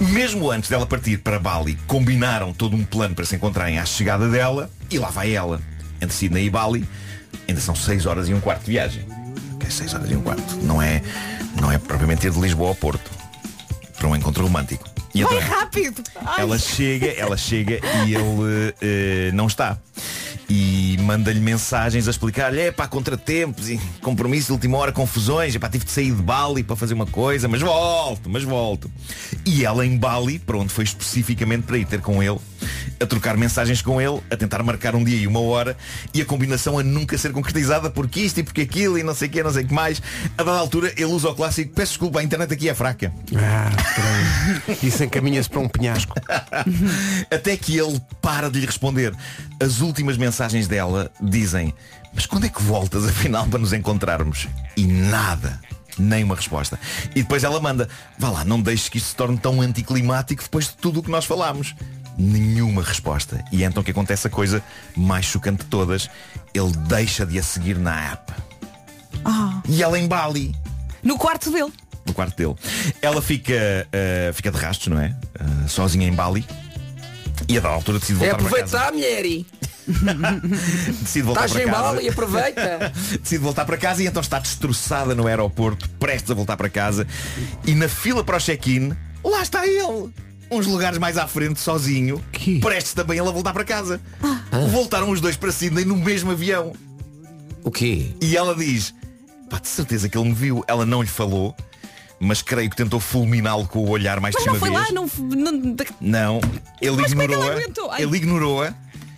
Mesmo antes dela partir para Bali, combinaram todo um plano para se encontrarem à chegada dela e lá vai ela. Entre Sydney e Bali, Ainda são 6 horas e um quarto de viagem. Ok, 6 horas e um quarto. Não é, não é propriamente ir de Lisboa ao Porto. Para um encontro romântico. E
Vai
então-
rápido! Ai.
ela chega, ela chega e ele eh, não está. E manda-lhe mensagens a explicar-lhe, é pá, contratempos, e compromisso de última hora, confusões, é pá, tive de sair de Bali para fazer uma coisa, mas volto, mas volto. E ela em Bali, para onde foi especificamente para ir ter com ele, a trocar mensagens com ele, a tentar marcar um dia e uma hora, e a combinação a nunca ser concretizada porque isto e porque aquilo e não sei o que, não sei o que mais. A dada altura ele usa o clássico, peço desculpa, a internet aqui é fraca.
Ah, peraí. Isso encaminha-se para um penhasco.
Até que ele para de lhe responder. As últimas mensagens dela dizem Mas quando é que voltas afinal para nos encontrarmos? E nada. Nem uma resposta. E depois ela manda Vá lá, não deixes que isto se torne tão anticlimático depois de tudo o que nós falámos. Nenhuma resposta. E é então que acontece a coisa mais chocante de todas. Ele deixa de a seguir na app. E ela em Bali
No quarto dele.
no quarto dele. Ela fica, eh, fica de rastros, não é? Eh, sozinha em Bali. E a dada altura decide
É
Tá
voltar para casa.
aproveitar, mulher!
Decide voltar
Estás
para
em mal
casa.
e aproveita!
Decide voltar para casa e então está destroçada no aeroporto, prestes a voltar para casa. E na fila para o check-in, lá está ele. Uns lugares mais à frente, sozinho, prestes também ele a voltar para casa.
Ah.
Ah. Voltaram os dois para Sydney no mesmo avião.
O quê?
E ela diz, pá, de certeza que ele me viu. Ela não lhe falou, mas creio que tentou fulminá-lo com o olhar mais
Mas
de
não
é uma
foi
vez.
lá, não. não-
Não, ele
Mas como é que
ignorou-a.
ela aguentou? Ai.
Ele ignorou-a.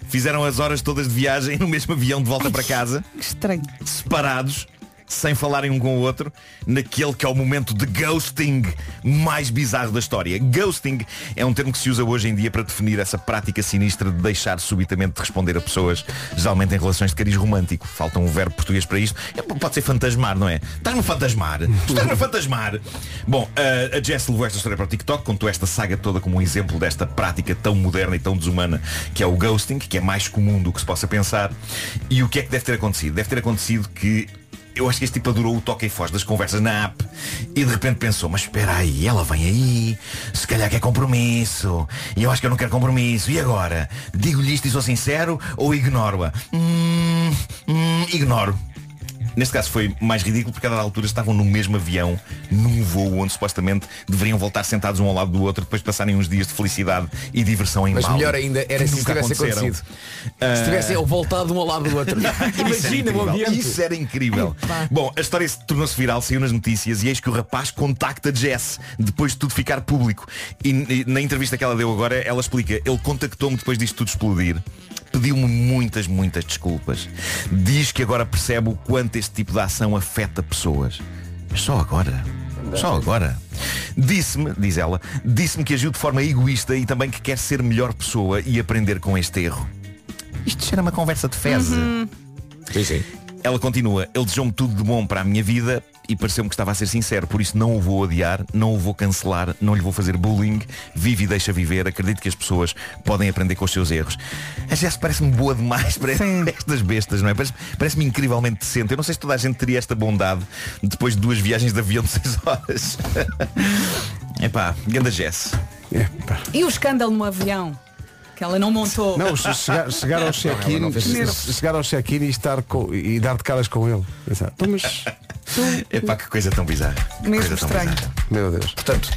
Fizeram as horas todas de viagem no mesmo avião de volta para casa,
Que estranho.
separados, sem falarem um com o outro, naquele que é o momento de ghosting mais bizarro da história. Ghosting é um termo que se usa hoje em dia para definir essa prática sinistra de deixar subitamente de responder a pessoas, geralmente em relações de cariz romântico. Falta um verbo português para isto. É, Pode ser fantasmar, não é? Estás-me a fantasmar. Estás-me a fantasmar. Bom, a- a Jess levou esta história para o TikTok, contou esta saga toda como um exemplo desta prática tão moderna e tão desumana que é o ghosting, que é mais comum do que se possa pensar. E o que é que deve ter acontecido? Deve ter acontecido que eu acho que este tipo adorou o toque e foz das conversas na app e de repente pensou, mas espera aí, ela vem aí, se calhar quer compromisso, e eu acho que eu não quero compromisso, e agora? Digo-lhe isto e sou sincero ou ignoro-a? Hum, hum, ignoro. Neste caso foi mais ridículo porque a dada altura estavam no mesmo avião, num voo onde supostamente deveriam voltar sentados um ao lado do outro depois de passarem uns dias de felicidade e diversão em
Mas
Bali,
melhor ainda era
que
se
nunca
tivesse
aconteceram.
acontecido.
Ah,
Se tivessem voltado um ao lado do outro. é
isso
Imagina
era
o
incrível.
ambiente.
Isso era incrível. Bom, a história se tornou-se viral, saiu nas notícias e eis que o rapaz contacta Jess depois de tudo ficar público. E, e na entrevista que ela deu agora, ela explica, ele contactou-me depois disto tudo explodir. Pediu-me muitas, muitas desculpas. Diz que agora percebe o quanto este tipo de ação afeta pessoas. Mas só agora. Só agora. Disse-me, diz ela, disse-me que agiu de forma egoísta e também que quer ser melhor pessoa e aprender com este erro. Isto cheira uma conversa de fezes. Sim, sim. Ela continua, ele desejou-me tudo de bom para a minha vida e pareceu-me que estava a ser sincero, por isso não o vou odiar, não o vou cancelar, não lhe vou fazer bullying, vive e deixa viver, acredito que as pessoas podem aprender com os seus erros. A Jess parece-me boa demais para estas bestas, não é? Parece- Parece-me incrivelmente decente. Eu não sei se toda a gente teria esta bondade depois de duas viagens de avião de 6 horas. Epá, ganda Jess.
É,
E o escândalo no avião? Que ela não montou.
Não, che- chegar, chegar ao check-in che- chegar ao check-in e, estar com- e dar de caras com ele. Pensar, "Então, mas-
Epá, que coisa tão bizarra. Que
Mesmo
coisa tão
estranho.
bizarra.
Meu Deus.
Portanto,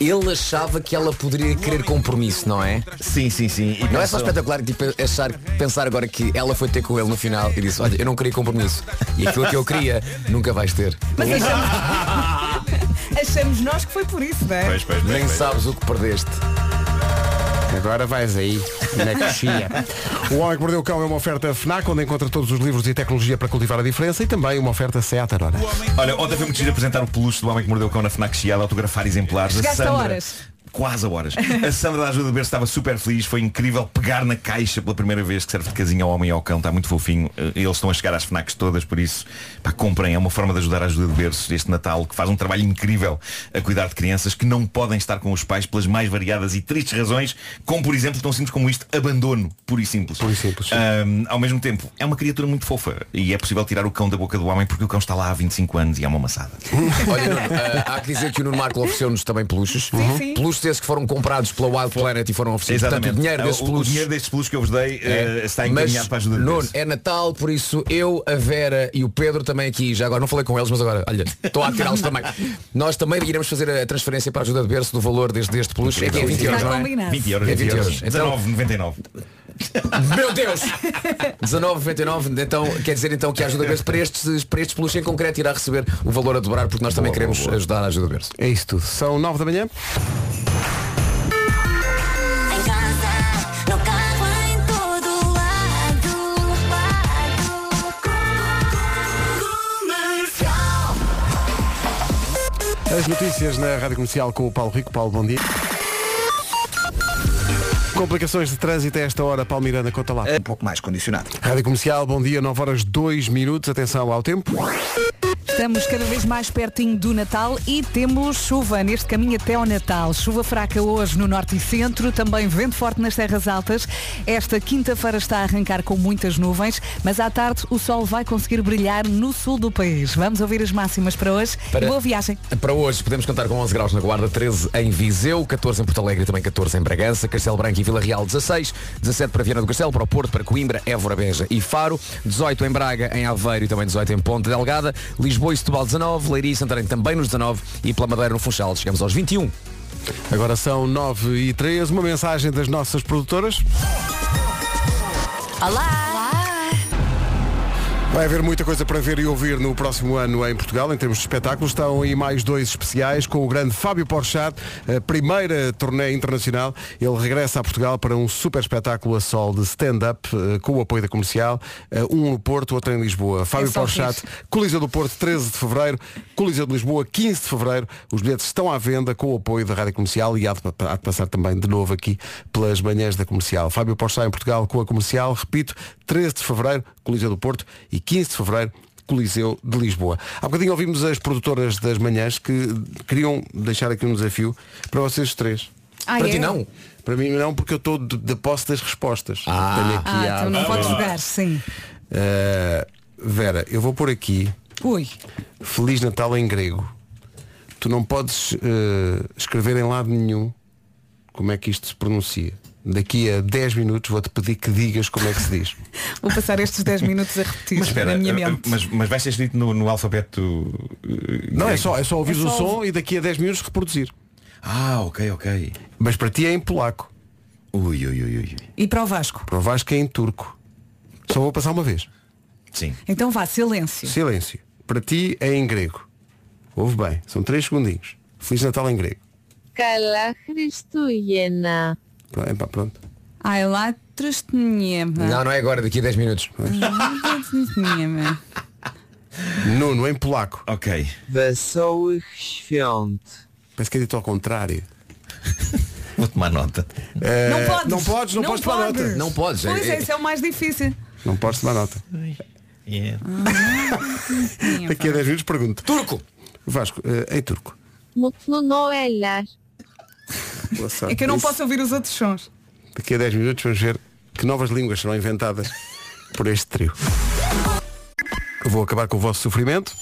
ele achava que ela poderia querer compromisso, não é?
Sim, sim, sim. E
não é só
pensou-
espetacular tipo, achar, pensar agora que ela foi ter com ele no final e disse, olha, eu não queria compromisso. E aquilo que eu queria, nunca vais ter.
Mas achamos... achamos nós que foi por isso, não é?
Nem sabes o que perdeste.
Agora vais aí, na coxinha. O Homem que Mordeu o Cão é uma oferta FNAC, onde encontra todos os livros e tecnologia para cultivar a diferença e também uma oferta SEAT Arona.
Olha, ontem foi muito giro apresentar o peluche do homem que mordeu o cão na FNAC Chiada, autografar exemplares.
Chegaste a
Sandra-
horas.
Quase a horas. A Sandra da Ajuda de Berço estava super feliz, foi incrível pegar na caixa pela primeira vez que serve de casinha ao homem e ao cão, está muito fofinho. Eh, Eles estão a chegar às FNACs todas, por isso, pá, comprem, é uma forma de ajudar a ajuda de berço este Natal, que faz um trabalho incrível a cuidar de crianças que não podem estar com os pais pelas mais variadas e tristes razões, como por exemplo tão simples como isto, abandono, puro e simples. Ahm, ao mesmo tempo, é uma criatura muito fofa e é possível tirar o cão da boca do homem porque o cão está lá há 25 anos e é uma maçada.
Olha, Nuno, ah, há que dizer que o Nuno Marco ofereceu-nos também peluches.
sim.
Peluches esses que foram comprados pela Wild Planet e Uhum. foram oferecidos.
Exatamente. É,
Portanto, o dinheiro desses
O- o
peluches.
dinheiro destes peluches que eu vos dei eh, está
Mas,
encaminhado para a ajuda de
Nuno,
Deus.
é Natal, por isso eu, a Vera e o Pedro também aqui. Já agora não falei com eles, mas agora, olha, estou a tirá-los também. Nós também iremos fazer a transferência para a ajuda de berço do valor deste, deste peluche. É que é 20 euros, não é?
20 euros,
É
20 euros.
Então,
19,99.
Meu Deus! 19,99. Então, quer dizer então que a ajuda berço para estes, para estes peluches em concreto irá receber o valor a dobrar, porque nós também queremos ajudar a ajuda berço.
É isso tudo. São 9 da manhã.
Em casa, no carro, em todo lado.
As notícias na Rádio Comercial com o Paulo Rico. Paulo, bom dia. Complicações de trânsito a esta hora, Paulo Miranda, conta lá.
Um pouco mais condicionado.
Rádio Comercial, bom dia, 9 horas 2 minutos, atenção ao tempo.
Estamos cada vez mais pertinho do Natal e temos chuva neste caminho até ao Natal. Chuva fraca hoje no norte e centro, também vento forte nas terras altas. Esta quinta-feira está a arrancar com muitas nuvens, mas à tarde o sol vai conseguir brilhar no sul do país. Vamos ouvir as máximas para hoje.
Para-
E boa viagem.
Para hoje podemos contar com 11 graus na Guarda, 13 em Viseu, 14 em Porto Alegre e também 14 em Bragança, Castelo Branco e Vila Real 16, 17 para Viana do Castelo, para o Porto, para Coimbra, Évora, Beja e Faro, 18 em Braga, em Aveiro e também 18 em Ponte Delgada, Lisboa e Setúbal 19, Leiria e Santarém também nos 19 e pela Madeira no Funchal chegamos aos 21.
Agora são 9 e 13, uma mensagem das nossas produtoras.
Olá! Olá!
Vai haver muita coisa para ver e ouvir no próximo ano em Portugal, em termos de espetáculos. Estão aí mais dois especiais com o grande Fábio Porchat, a primeira turnê internacional. Ele regressa a Portugal para um super espetáculo a sol de stand-up, eh, com o apoio da comercial. Eh, Um no Porto, outro em Lisboa. Fábio
só
Porchat, Coliseu do Porto, 13 de Fevereiro. Coliseu de Lisboa, 15 de Fevereiro. Os bilhetes estão à venda com o apoio da Rádio Comercial e há de, há de passar também de novo aqui pelas manhãs da Comercial. Fábio Porchat em Portugal com a Comercial, repito, 13 de Fevereiro, Coliseu do Porto e 15 de Fevereiro, Coliseu de Lisboa. Há bocadinho ouvimos as produtoras das manhãs que queriam deixar aqui um desafio para vocês três.
Ah,
para
é?
ti não? Para mim não, porque eu estou de, de posse das respostas. Tenho aqui
Ah,
a-
então não podes jogar, sim.
Uh, Vera, eu vou pôr aqui
Ui.
Feliz Natal em grego. Tu não podes uh, escrever em lado nenhum como é que isto se pronuncia. Daqui a 10 minutos vou-te pedir que digas como é que se diz.
Vou passar estes 10 minutos a repetir
Mas espera,
é na minha
eh,
mente.
mas, mas vai ser escrito no, no alfabeto. eh,
Não, é só, é só ouvir o som e daqui a 10 minutos reproduzir.
Ah, ok, ok.
Mas para ti é em polaco.
Ui, ui, ui, ui.
E para o Vasco.
Para o Vasco é em turco. Só vou passar uma vez.
Sim.
Então vá, silêncio.
Silêncio. Para ti é em grego. Ouve bem, são 3 segundinhos. Feliz Natal em grego.
Καλά Χριστούγεννα.
Pronto, Então, epá, pronto.
Ai lá, tristnhema.
Não, não é agora, daqui a 10 minutos.
Tristnhema.
Nuno, em polaco.
Ok.
Wesołych świąt. Parece que é dito ao contrário.
Vou tomar nota.
Não podes.
É, Não podes, não, podes tomar nota.
Pois é, isso é o mais difícil.
Não podes tomar nota.
Ah,
Daqui a 10 minutos pergunto. Turco! Vasco, eh, em turco.
Mutlu Noeller.
Boa sorte.
É que eu não
Isso.
posso ouvir os outros sons.
Daqui a 10 minutos vamos ver que novas línguas serão inventadas por este trio. Eu Vou acabar com o vosso sofrimento.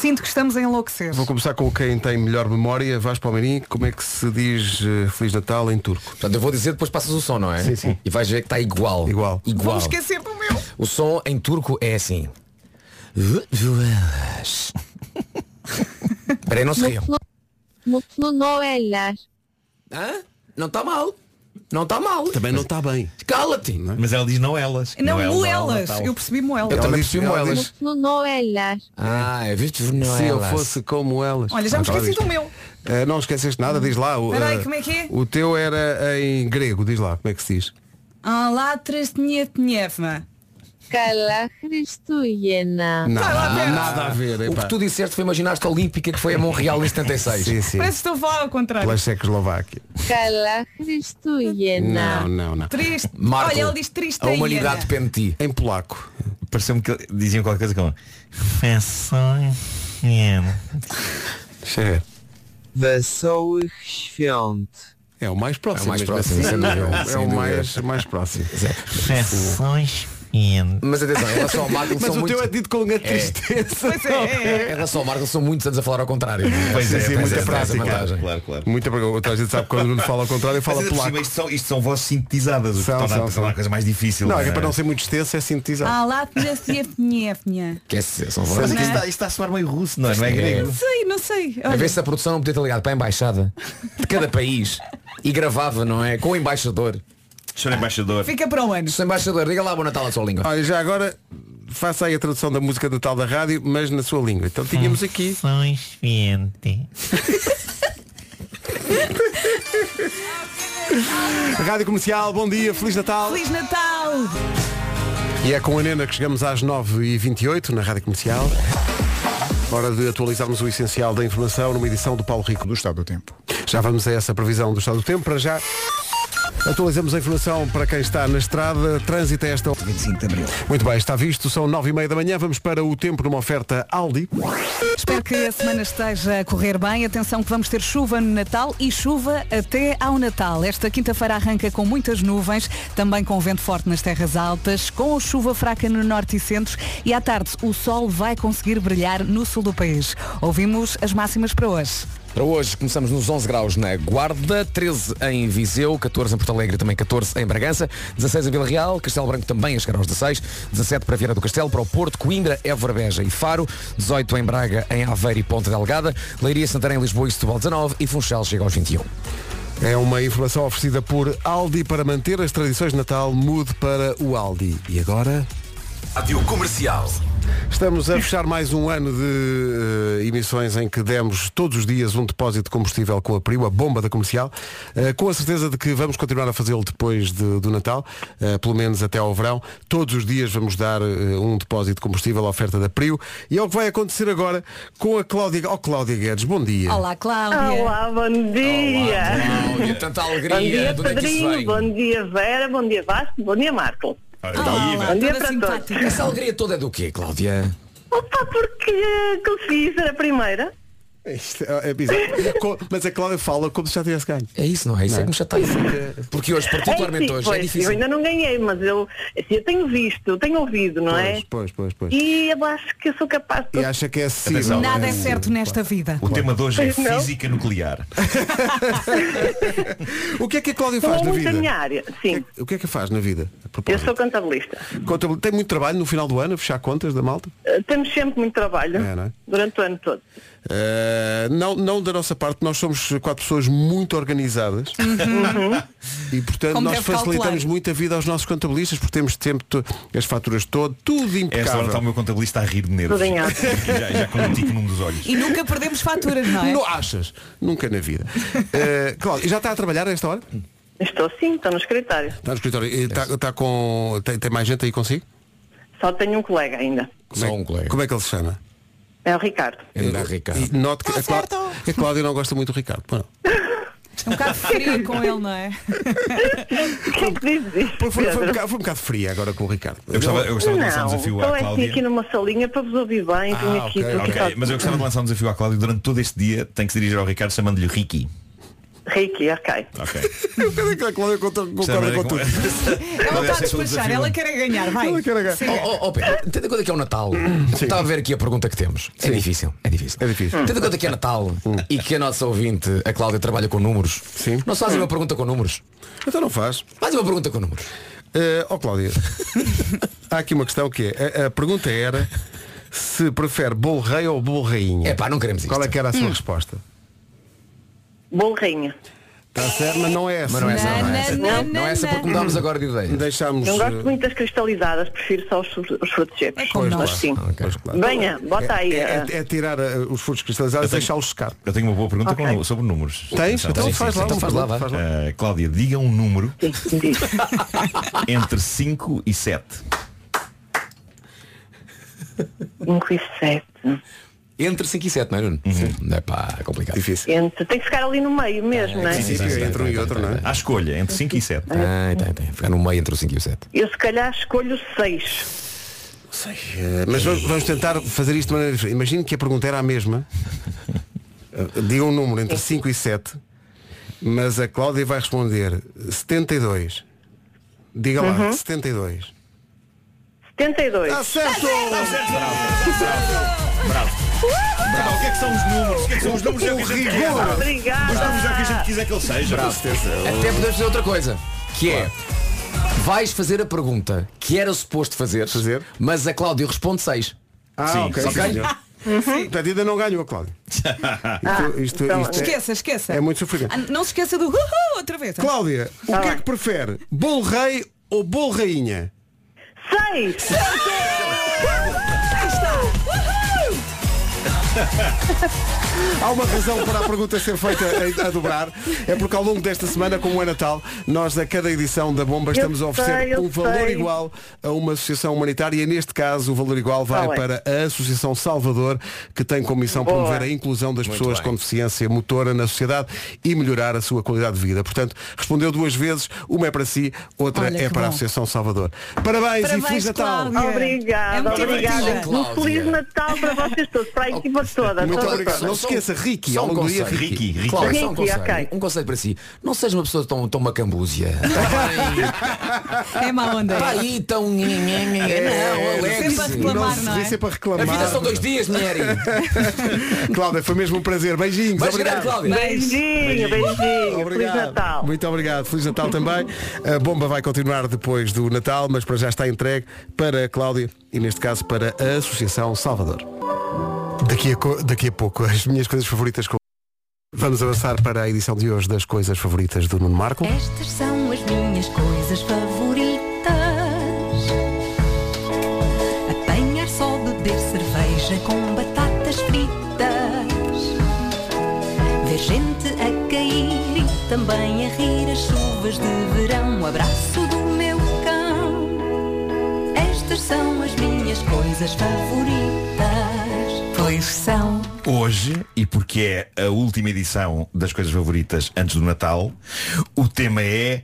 Sinto que estamos a enlouquecer.
Vou começar com quem tem melhor memória. Vasco Palmeirim, como é que se diz eh, Feliz Natal em turco?
Portanto, eu vou dizer, depois passas o som, não é?
Sim, sim.
E vais ver que está igual. Igual.
Vou
Igual.
me esquecer do meu.
O som em turco é assim. Joelas. Peraí, não se riam.
Mutlu, Mutlu Noeller.
Hã? Não está mal. Não está mal.
Também não É. está bem.
Cala-te.
Mas ela diz não é elas.
Não, é
Noel,
moelas.
Natal.
eu percebi moelas.
Eu também percebi moelas.
Mutlu Noeller.
Ah, é visto não
Se eu
elas.
fosse como elas.
Olha, já me
Ah, tá lá
esqueci
disto.
do meu.
Eh, não esqueceste nada, diz lá. o,
Espera aí,
eh,
como é que é?
O teu era em grego, diz lá, como é que se diz?
Ah lá, tristnhema.
Καλά Χριστούγεννα.
Ah,
nada a ver.
O que tu disseste foi uma ginástica olímpica que foi a Montreal em 76.
Sim, sim.
Parece que estou a falar ao contrário.
Pela Checoslováquia.
Καλά Χριστούγεννα.
Não, não, não.
Triste.
Marco,
Olha, ele diz triste
depende de ti. Em polaco.
Pareceu-me que diziam qualquer coisa como.
Deixa eu ver.
Wesołych świąt.
É o mais próximo.
É o mais
mesmo
próximo,
assim.
sem dúvida,
É o-
sem
É o
dúvida.
mais, mais próximo.
Mas atenção, em relação ao Marco,
Mas
são
o
muito...
teu é dito com a tristeza. não é?
Em relação ao Marco, são muitos anos a falar ao contrário.
Pois
Sim,
é,
sim,
pois
muita
é,
prática.
tem essa vantagem.
Claro, claro.
Muita pergunta. Outra gente sabe que quando o Nuno fala ao contrário, fala
Mas, ainda por
polaco.
cima, Isto são, isto são vozes sintetizadas, o que
São,
torna
são,
torna
são.
a coisa mais difícil.
Não, é que para não ser muito extenso é sintetizado.
Ah lá, tristnhema.
são
Mas
vozes.
isto está, isto está a soar meio russo, não é? Não é grego.
Não sei, não sei.
A
Olha,
ver se a produção não podia ter ligado para a embaixada de cada país e gravava, não é? Com o embaixador.
Senhor embaixador.
Fica para o ano.
Senhor embaixador, diga lá bom Natal à sua língua.
Olha, já agora faça aí a tradução da música de Natal da rádio, mas na sua língua. Então tínhamos aqui. Rádio Comercial, bom dia, Feliz Natal.
Feliz Natal!
E é com a Nena que chegamos às 9h28 na Rádio Comercial. Hora de atualizarmos o essencial da informação numa edição do Paulo Rico. Do Estado do Tempo. Já vamos a essa previsão do Estado do Tempo. Para já, atualizamos a informação para quem está na estrada. Trânsito a esta hora. 25 de Abril. Muito bem, está visto. São 9h30 da manhã. Vamos para o tempo numa oferta Aldi.
Espero que a semana esteja a correr bem. Atenção que vamos ter chuva no Natal e chuva até ao Natal. Esta quinta-feira arranca com muitas nuvens, também com vento forte nas terras altas, com chuva fraca no norte e centro e à tarde o sol vai conseguir brilhar no sul do país. Ouvimos as máximas para hoje.
Para hoje começamos nos 11 graus na Guarda, 13 em Viseu, 14 em Porto Alegre, também 14 em Bragança, 16 em Vila Real, Castelo Branco também a chegar aos 16, 17 para Vieira do Castelo, para o Porto, Coimbra, Évora, Beja e Faro, 18 em Braga, em Aveiro e um. Ponta Delgada, Leiria, Santarém, Lisboa e Setúbal 19 e Funchal chega aos 21.
É uma informação oferecida por Aldi para manter as tradições de Natal. Mude para o Aldi. E agora?
Rádio Comercial.
Estamos a fechar mais um ano de eh, emissões em que demos todos os dias um depósito de combustível com a Priu, a bomba da comercial, eh, com a certeza de que vamos continuar a fazê-lo depois de- do Natal, eh, pelo menos até ao verão. Todos os dias vamos dar eh, um depósito de combustível à oferta da Priu. E é o que vai acontecer agora com a Cláudia. Oh, Cláudia Guedes, bom dia.
Olá, Cláudia.
Olá, bom dia.
Cláudia, tanta alegria.
Bom dia,
De onde é que isso
Pedrinho.
vem?
Bom dia, Vera. Bom dia, Vasco. Bom dia, Marco. bom dia para todos.
Essa alegria toda é do quê, Cláudia?
Opa, porque eh, consegui ser a primeira.
Isto é é bizarro. Co- Mas a Cláudia fala como se já tivesse ganho.
É isso, não é? Isso é que me chateia. Porque hoje,
É,
particularmente
sim,
hoje,
pois,
é
Eu
difícil.
ainda não ganhei, mas eu, assim, eu tenho visto, eu tenho ouvido, não é?
Pois, pois, pois.
E eu acho que eu sou capaz de...
E acha que é acessível.
Nada é certo nesta vida.
O tema de hoje é
Não.
física nuclear. É
O que é que a Cláudia
Sou
faz na
muito
vida?
a minha área, sim.
O que é que faz na vida? A
Eu
propósito?
sou contabilista.
Conta- Tem muito trabalho no final do ano a fechar contas da malta?
Eh, Temos sempre muito trabalho
É, não é?
durante o ano todo.
Uh, não, não da nossa parte, nós somos quatro pessoas muito organizadas
Uhum.
e portanto
Como
nós
deve
facilitamos
calcular.
muito a vida aos nossos contabilistas porque temos tempo, to- as faturas todo, tudo
Esta hora
impecável.
está o meu contabilista a rir de nervos.
Tudo em
já,
ordem.
já com um tico num dos olhos.
E nunca perdemos faturas, não é?
Não achas? Nunca na vida. Uh, Cláudio, já está a trabalhar a esta hora?
Estou sim, estou no escritório.
Está no escritório. E Está, está com. Tem, tem mais gente aí consigo?
Só tenho um colega ainda.
Só um colega. Como é que ele se chama?
É o Ricardo.
Eu- E noto
Tá
que a, Clá- a Cláudia não gosta muito do Ricardo. Bom,
É um bocado frio com ele, não é?
foi, foi um bocado, foi um bocado fria agora com o Ricardo.
Eu gostava, eu gostava de lançar um
Não,
desafio
estou
à
assim aqui
Cláudia.
numa salinha para vos ouvir bem. vim
Ah,
aqui
ok,
estou aqui
ok.
só-
Mas eu gostava de lançar um desafio à Cláudia. Durante todo este dia tem que se dirigir ao Ricardo chamando-lhe Ricky.
Ricky, ok.
Ok.
Eu quero é que a Cláudia conta- concorda com tudo.
Ela está a despachar, ela quer é ganhar, vai. Ela quer ganhar.
Oh, oh, oh, Pedro, tendo em conta que é o Natal, estava a ver aqui a pergunta que temos. É difícil, é difícil. É
difícil.
Tendo em conta que é Natal e que a nossa ouvinte, a Cláudia, trabalha com números, Sim. Hum. não se faz uma pergunta com números.
Então não faz.
Faz uma pergunta com números.
Eh, ó Cláudia, há aqui uma questão que é, a, a pergunta era se prefere bolo rei ou bolo rainha. É
pá, não queremos
Qual é que era a sua
Hum.
resposta?
Bolo rainha.
Está certo, mas não é essa.
Mas não é essa, não é essa. Hum.
Na, na,
Não é essa
na,
porque
na.
mudámos agora de ideia.
Deixámos.
Não gosto muito das cristalizadas, prefiro só os, fru- os frutos
É
secos.
eh, Pois,
Mas
claro,
sim.
pois, claro.
Venha, bota
É-
aí.
É,
a-
é- é tirar eh, os furos cristalizados e deixá-los secar.
Eu tenho uma boa pergunta
Ok.
com- sobre números.
Tens? Então faz lá, uma pergunta, faz
Eh, Cláudia, diga um número entre 5 e 7.
5 e 7.
Entre 5 e 7, não é, Nuno? É pá, é complicado.
Difícil.
Entre, tem que ficar ali no meio mesmo, não é?
entre um e outro, não é? À escolha, entre 5 e 7.
Tem, tem, tem. Ficar no meio entre o 5 e o 7.
Eu se calhar escolho 6.
Eh, Mas vamos, vamos tentar fazer isto de maneira diferente. Imagino que a pergunta era a mesma. Eh, Diga um número entre 5 e 7, mas a Cláudia vai responder 72. Diga lá,
Uhum.
72.
72.
Está Tá certo!
Bravo. O que é que são os números? O que é que são os números? É o que a gente quer.
rigor. Obrigada.
Os números é o que a gente quiser que ele seja.
Bravo. Até podemos fazer outra coisa, que é vais fazer a pergunta que era suposto fazer, mas a Cláudia responde 6.
Ah, ok. sim, senhor. Portanto, ainda não ganhou a Cláudia. Isto- isto-
Então,
isto é-
esqueça, esqueça.
É muito sofrimento.
Ah, Não se esqueça do uhul outra vez.
Cláudia, o que é que prefere? Bolo rei ou bolo rainha?
6!
Há uma razão para a pergunta ser feita a, a dobrar. É porque ao longo desta semana, como é Natal, nós a cada edição da Bomba
Eu
estamos a oferecer
sei, eu
um valor
sei.
igual a uma associação humanitária e neste caso o valor igual vai
Qual é?
para a Associação Salvador, que tem como missão
Boa.
promover a inclusão das
Muito
pessoas
bem.
com deficiência motora na sociedade e melhorar a sua qualidade de vida. Portanto, respondeu duas vezes, uma é para si, outra
Olha,
é
que
para a
bom.
Associação Salvador. Parabéns, e Feliz Natal!
É
Obrigada,
muito
obrigada.
divertido,
Um Feliz Natal para vocês todos, para a equipa toda.
Muito
toda,
obrigado.
toda.
Não se esqueça, Ricky,
Só
ao
um
longo do dia,
conselho.
Ricky.
Ricky, Ricky.
Claro, só um
Ricky,
conselho.
ok.
Um conselho para si. Não seja uma pessoa tão, tão macambúzia.
É má onda.
Pá, aí tão... não, É, Alex.
Sempre a reclamar, não é?
Sempre a reclamar.
A vida são dois dias, mulher.
Cláudia, foi mesmo um prazer. Beijinhos.
Beijo
obrigado.
grande, Cláudia.
Beijinho, beijinho.
Obrigado.
Feliz Natal.
Muito obrigado. Feliz Natal também. A bomba vai continuar depois do Natal, mas para já está entregue para a Cláudia e, neste caso, para a Associação Salvador. Daqui a, co- daqui a pouco, as minhas coisas favoritas com Vamos avançar para a edição de hoje das coisas favoritas do Nuno Marco.
É.
Estas são as minhas coisas favoritas: apanhar só, beber cerveja com batatas fritas, ver gente a cair e também a rir as chuvas de verão. O abraço do meu cão. Estas são as minhas coisas favoritas, pois são.
Hoje, e porque é a última edição das coisas favoritas antes do Natal, o tema é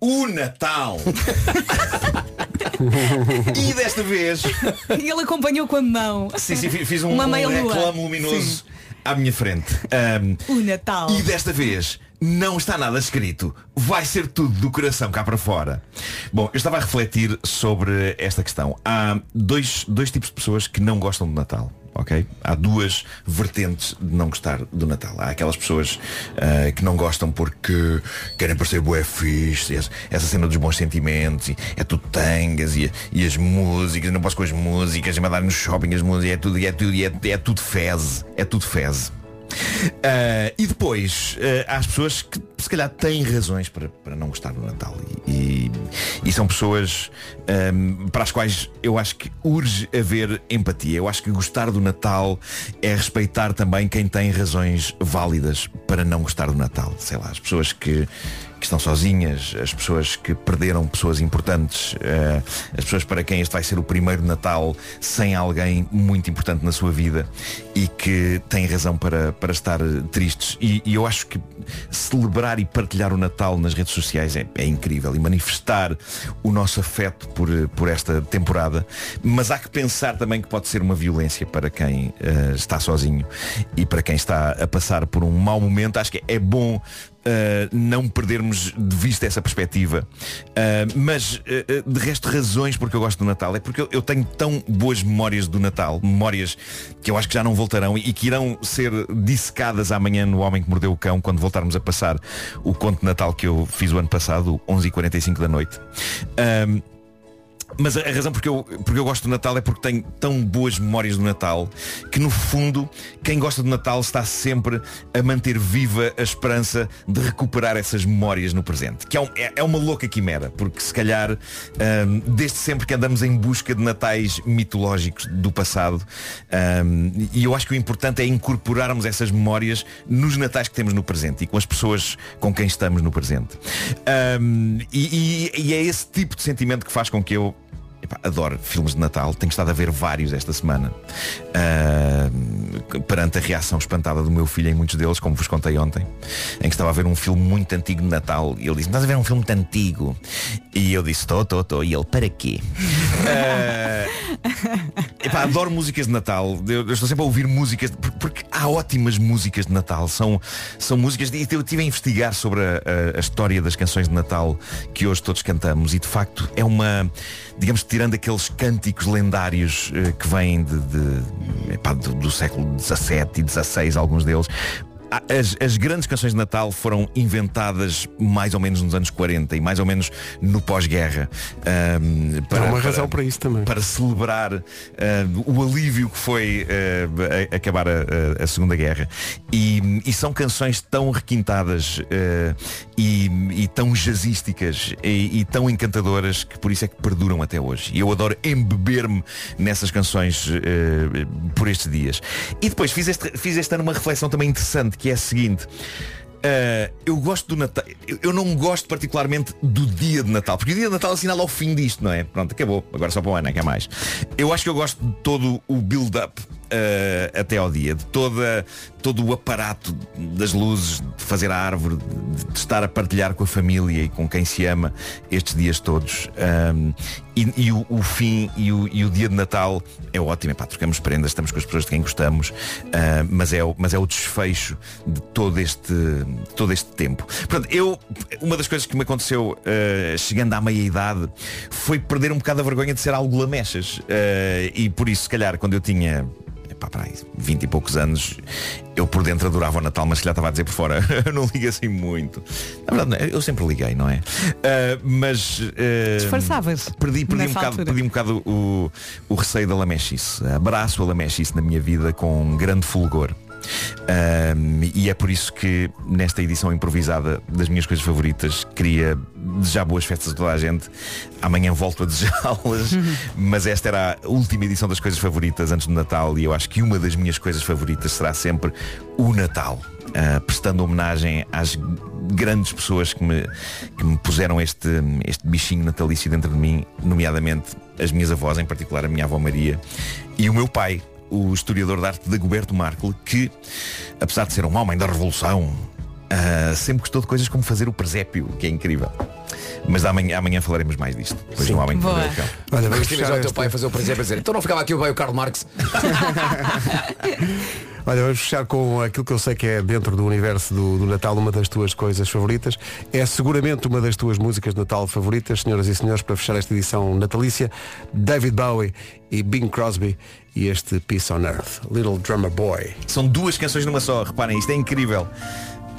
o Natal. e desta vez,
E ele acompanhou com a mão.
sim, sim, fiz um,
Uma
um
meia-lua.
reclamo luminoso à minha frente. Ahm,
O Natal.
E desta vez não está nada escrito. Vai ser tudo do coração cá para fora. Bom, eu estava a refletir sobre esta questão. Há dois, dois tipos de pessoas que não gostam do Natal. ok? Há duas vertentes de não gostar do Natal. Há aquelas pessoas ah, que não gostam porque querem parecer bué fixe, e essa- essa cena dos bons sentimentos, e é tudo tangas e, e as músicas, não posso com as músicas, e mandar no shopping as músicas, é tudo, é tudo, é, é tudo fez, é tudo fez. Ah, e depois ah, há as pessoas que se calhar têm razões para, para não gostar do Natal e, e- e são pessoas ahm, para as quais eu acho que urge haver empatia. Eu acho que gostar do Natal é respeitar também quem tem razões válidas para não gostar do Natal. Sei lá, as pessoas que, que estão sozinhas, as pessoas que perderam pessoas importantes, eh, as pessoas para quem este vai ser o primeiro Natal sem alguém muito importante na sua vida e que têm razão para, para estar eh, tristes. E, e eu acho que celebrar e partilhar o Natal nas redes sociais é, é incrível e manifestar o nosso afeto por, eh, por esta temporada, mas há que pensar também que pode ser uma violência para quem eh, está sozinho e para quem está a passar por um mau momento. Acho que é bom uh, não perdermos de vista essa perspectiva. Uh, mas, uh, uh, de resto, razões porque eu gosto do Natal é porque eu, eu tenho tão boas memórias do Natal, memórias que eu acho que já não voltarão e que irão ser dissecadas amanhã no Homem que Mordeu o Cão, quando voltarmos a passar o conto de Natal que eu fiz o ano passado, 11h45 da noite. Um, mas a, a razão porque eu, porque eu gosto do Natal é porque tenho tão boas memórias do Natal que no fundo quem gosta do Natal está sempre a manter viva a esperança de recuperar essas memórias no presente. Que é, um- é- é uma louca quimera, porque se calhar ahm, desde sempre que andamos em busca de natais mitológicos do passado ahm, e eu acho que o importante é incorporarmos essas memórias nos natais que temos no presente e com as pessoas com quem estamos no presente. Ahm, e- e- e é esse tipo de sentimento que faz com que eu Epá, adoro filmes de Natal, tenho estado a ver vários esta semana. Ahm, perante a reação espantada do meu filho em muitos deles, como vos contei ontem, em que estava a ver um filme muito antigo de Natal e ele disse, estás a ver um filme muito antigo? E eu disse, estou, estou, estou. E ele, para quê? Ah, Epá, adoro músicas de Natal. Eu, eu estou sempre a ouvir músicas, por- porque há ótimas músicas de Natal. São, são músicas. de- eu estive a investigar sobre a, a- a história das canções de Natal que hoje todos cantamos e de facto é uma. Digamos que tirando aqueles cânticos lendários eh, que vêm de, de- epá, do, do século XVII e XVI, alguns deles. a- As, as grandes canções de Natal foram inventadas mais ou menos nos anos 40 e mais ou menos no pós-guerra. ahm, para,
Há uma
para-
razão para isso também.
para celebrar eh, o alívio que foi eh, a- acabar a, a- a Segunda Guerra. E, e são canções tão requintadas eh, e, e tão jazzísticas e, e tão encantadoras que por isso é que perduram até hoje. E eu adoro embeber-me nessas canções eh, por estes dias. E depois fiz este, fiz este ano uma reflexão também interessante, que é a seguinte. Uh, eu gosto do Natal. Eu, eu não gosto particularmente do dia de Natal, porque o dia de Natal assinala o fim disto, não é? Pronto, acabou. Agora só para o ano, é que é mais. Eu acho que eu gosto de todo o build-up uh, até ao dia, de toda, todo o aparato das luzes, de fazer a árvore, de, de estar a partilhar com a família e com quem se ama estes dias todos. Um, e e o, o fim e o, e o dia de Natal é ótimo. Epá, trocamos prendas, estamos com as pessoas de quem gostamos, ah, mas, é, o- mas é o desfecho de todo este, de todo este tempo. Portanto, eu, uma das coisas que me aconteceu ah, chegando à meia-idade foi perder um bocado a vergonha de ser algo lamechas. Ah, e por isso, se calhar, quando eu tinha epá, peraí, 20 e poucos anos, eu por dentro adorava o Natal, mas se calhar estava a dizer por fora, eu não ligo assim muito. Na verdade, não, eu sempre liguei, não é? Ah, mas. ah,
Disfarçavas
Perdi, perdi, um
nessa
bocado,
altura.
perdi um bocado o, o receio da lamechice. Abraço a lamechice na minha vida com um grande fulgor. Um, e é por isso que nesta edição improvisada das minhas coisas favoritas queria desejar boas festas a toda a gente. Amanhã volto a desejá-las, mas esta era a última edição das coisas favoritas antes do Natal e eu acho que uma das minhas coisas favoritas será sempre o Natal. Uh, prestando homenagem às grandes pessoas que me, que me puseram este, este bichinho natalício dentro de mim, nomeadamente as minhas avós, em particular a minha avó Maria e o meu pai, o historiador de arte Dagoberto Marco, que, apesar de ser um homem da Revolução, ah, sempre gostou de coisas como fazer o presépio, que é incrível. Mas amanhã, amanhã falaremos mais disto. Depois um não há bem
Boa. Olha, vamos
fechar
já o teu
este-
pai a fazer o presépio a dizer, então não ficava aqui o bem o Karl Marx.
Olha, vamos fechar com aquilo que eu sei que é dentro do universo do, do Natal uma das tuas coisas favoritas. É seguramente uma das tuas músicas de Natal favoritas, senhoras e senhores, para fechar esta edição natalícia, David Bowie e Bing Crosby e este Peace on Earth, Little Drummer Boy.
São duas canções numa só, reparem, isto é incrível.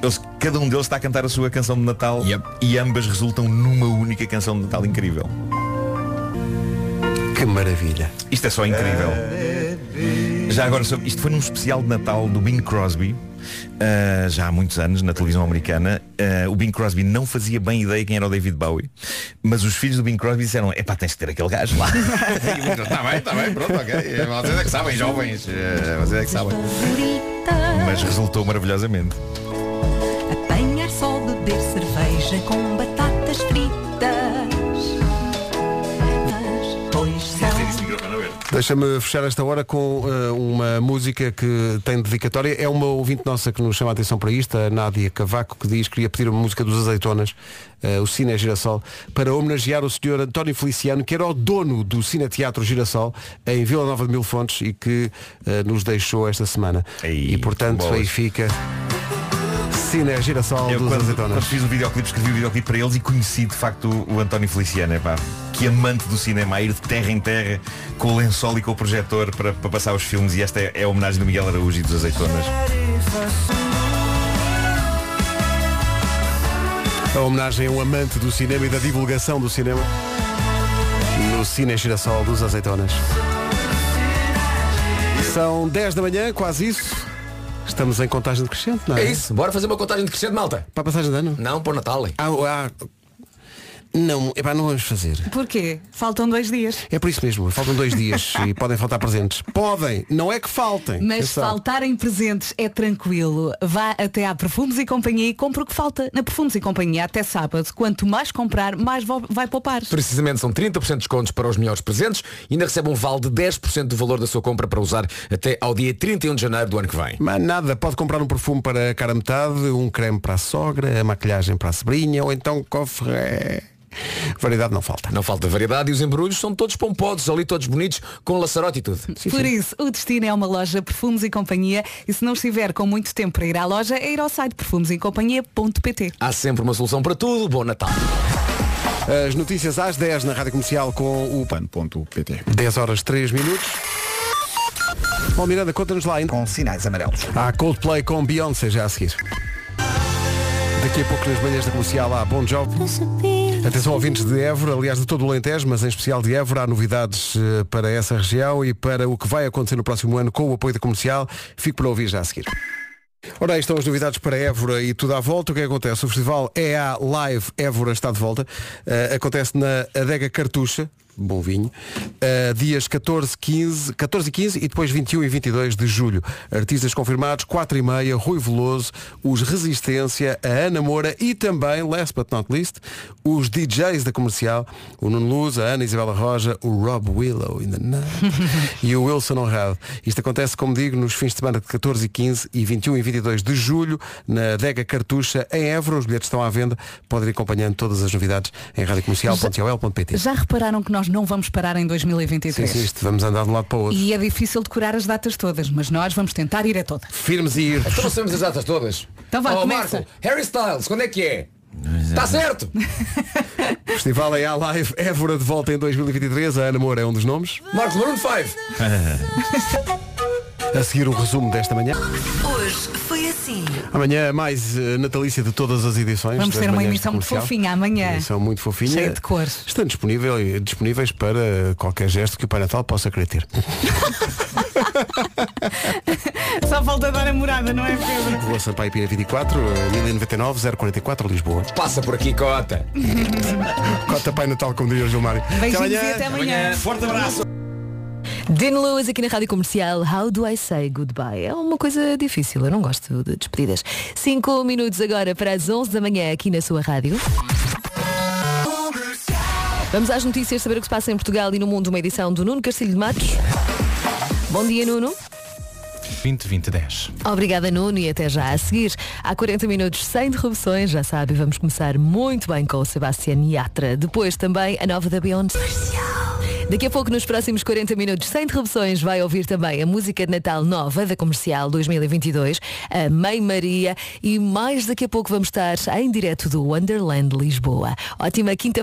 Eles- cada um deles está a cantar a sua canção de Natal e ambas resultam numa única canção de Natal incrível.
Que maravilha.
Isto é só incrível. Já agora, sobre- isto foi num especial de Natal do Bing Crosby, ah, já há muitos anos, na televisão americana. Ah, o Bing Crosby não fazia bem ideia quem era o David Bowie, mas os filhos do Bing Crosby disseram, epá, tens que ter aquele gajo lá. Está "Tá bem, está bem, pronto, ok. Vocês é que sabem, jovens. eh, Vocês é que sabem. Mas resultou maravilhosamente.
Apanhar só beber cerveja com batatas fritas. Pois são.
é.
Deixa-me fechar esta hora com eh, uma música que tem dedicatória. É uma ouvinte nossa que nos chama a atenção para isto, a Nádia Cavaco, que diz que queria pedir uma música dos Azeitonas, eh, o Cine Girassol, para homenagear o senhor António Feliciano, que era o dono do Cine Teatro Girassol, em Vila Nova de Mil Fontes, e que eh, nos deixou esta semana. e, portanto,
bolas.
aí fica Cine Girassol
Eu
dos
quando,
Azeitonas.
quando fiz o videoclipe, escrevi o videoclipe para eles e conheci de facto o, o António Feliciano, epá, que amante do cinema, a ir de terra em terra com o lençol e com o projetor para, para passar os filmes e esta é, é a homenagem do Miguel Araújo e dos Azeitonas.
A homenagem a um amante do cinema e da divulgação do cinema no Cine Girassol dos Azeitonas. São 10 da manhã, quase isso. Estamos em contagem decrescente, não é?
É isso, bora fazer uma contagem de crescente, malta.
Para a passagem de ano?
Não, para o Natal. hein?
Ah, ah, não, epá, não vamos fazer.
Porquê? Faltam dois dias.
É por isso mesmo, faltam dois dias e podem faltar presentes. Podem, não é que faltem.
Mas
Atenção.
faltarem presentes é tranquilo. Vá até à Perfumes e Companhia e compre o que falta. Na Perfumes e Companhia até sábado. Quanto mais comprar, mais vo- vai poupar.
Precisamente são 30% de descontos para os melhores presentes e ainda recebe um vale de 10% do valor da sua compra para usar até ao dia 31 de janeiro do ano que vem.
Mas nada, pode comprar um perfume para a cara metade, um creme para a sogra, a maquilhagem para a sobrinha ou então cofre. Variedade não falta.
Não falta variedade e os embrulhos são todos pomposos, ali todos bonitos, com laçarote e tudo.
Por isso, o destino é uma loja Perfumes e Companhia e se não estiver com muito tempo para ir à loja, é ir ao site perfumesecompanhia.pt.
Há sempre uma solução para tudo. Bom Natal.
As notícias às 10 na Rádio Comercial com o pano.pt. 10 horas 3 minutos. Bom, Miranda, conta-nos lá ainda. Com sinais amarelos. Há Coldplay com Beyoncé já a seguir. Daqui a pouco nas manhãs da comercial há Bom Job. Atenção ouvintes de Évora, aliás de todo o Alentejo, mas em especial de Évora, há novidades eh, para essa região e para o que vai acontecer no próximo ano com o apoio da comercial. Fico para ouvir já a seguir. Ora, aí estão as novidades para Évora e tudo à volta. O que é que acontece? O festival EA Live Évora está de volta. Eh, acontece na Adega Cartucha, bom vinho, eh, dias 14, 15, 14 e 15 e depois 21 e 22 de julho. Artistas confirmados, 4 e meia, Rui Veloso, os Resistência, a Ana Moura e também, last but not least, os DJs da comercial, o Nuno Luz, a Ana Isabela Roja, o Rob Willow in the night, e o Wilson Honrado. Isto acontece, como digo, nos fins de semana de 14 e 15 e 21 e 22 de julho, na Dega Cartucha, em Évora. Os bilhetes estão à venda. Podem ir acompanhando todas as novidades em radiocomercial.ol.pt.
Já repararam que nós não vamos parar em
Sim,
2023?
sim, isto vamos andar de um lado para o outro.
E é difícil decorar as datas todas, mas nós vamos tentar ir a todas.
Firmes e irtos.
Então sabemos as datas todas.
Então vá,
oh,
começa.
Marco, Harry Styles, quando é que é? Está certo!
Festival é a live Évora de volta em 2023. A Ana Moura é um dos nomes.
Marco Maroon 5!
A seguir o resumo desta manhã.
Hoje foi assim.
Amanhã mais eh, natalícia de todas as edições.
Vamos
das
ter uma
manhãs de
emissão muito
comercial.
fofinha amanhã.
Uma Emissão muito fofinha.
Cheia de cores.
Estão disponível, disponíveis para qualquer gesto que o Pai Natal possa querer ter.
Só falta dar a morada, não é, Pedro?
Rua Sampaio Pina 24, eh, 1099 044 Lisboa.
Passa por aqui, Cota.
Cota Pai Natal, como diria o Gilmário.
Beijinhos e até amanhã.
Forte abraço.
Dean Lewis aqui na Rádio Comercial How do I say goodbye? É uma coisa difícil, eu não gosto de despedidas 5 minutos agora para as 11 da manhã aqui na sua rádio Vamos às notícias saber o que se passa em Portugal e no mundo Uma edição do Nuno Castilho de Matos Bom dia Nuno
20 20 10.
Obrigada Nuno e até já a seguir Há 40 minutos sem interrupções Já sabe, vamos começar muito bem com o Sebastián Yatra Depois também a nova da Beyoncé Daqui a pouco, nos próximos 40 minutos, sem interrupções, vai ouvir também a música de Natal nova da Comercial 2022, a Mãe Maria, e mais daqui a pouco vamos estar em direto do Wonderland Lisboa. Ótima quinta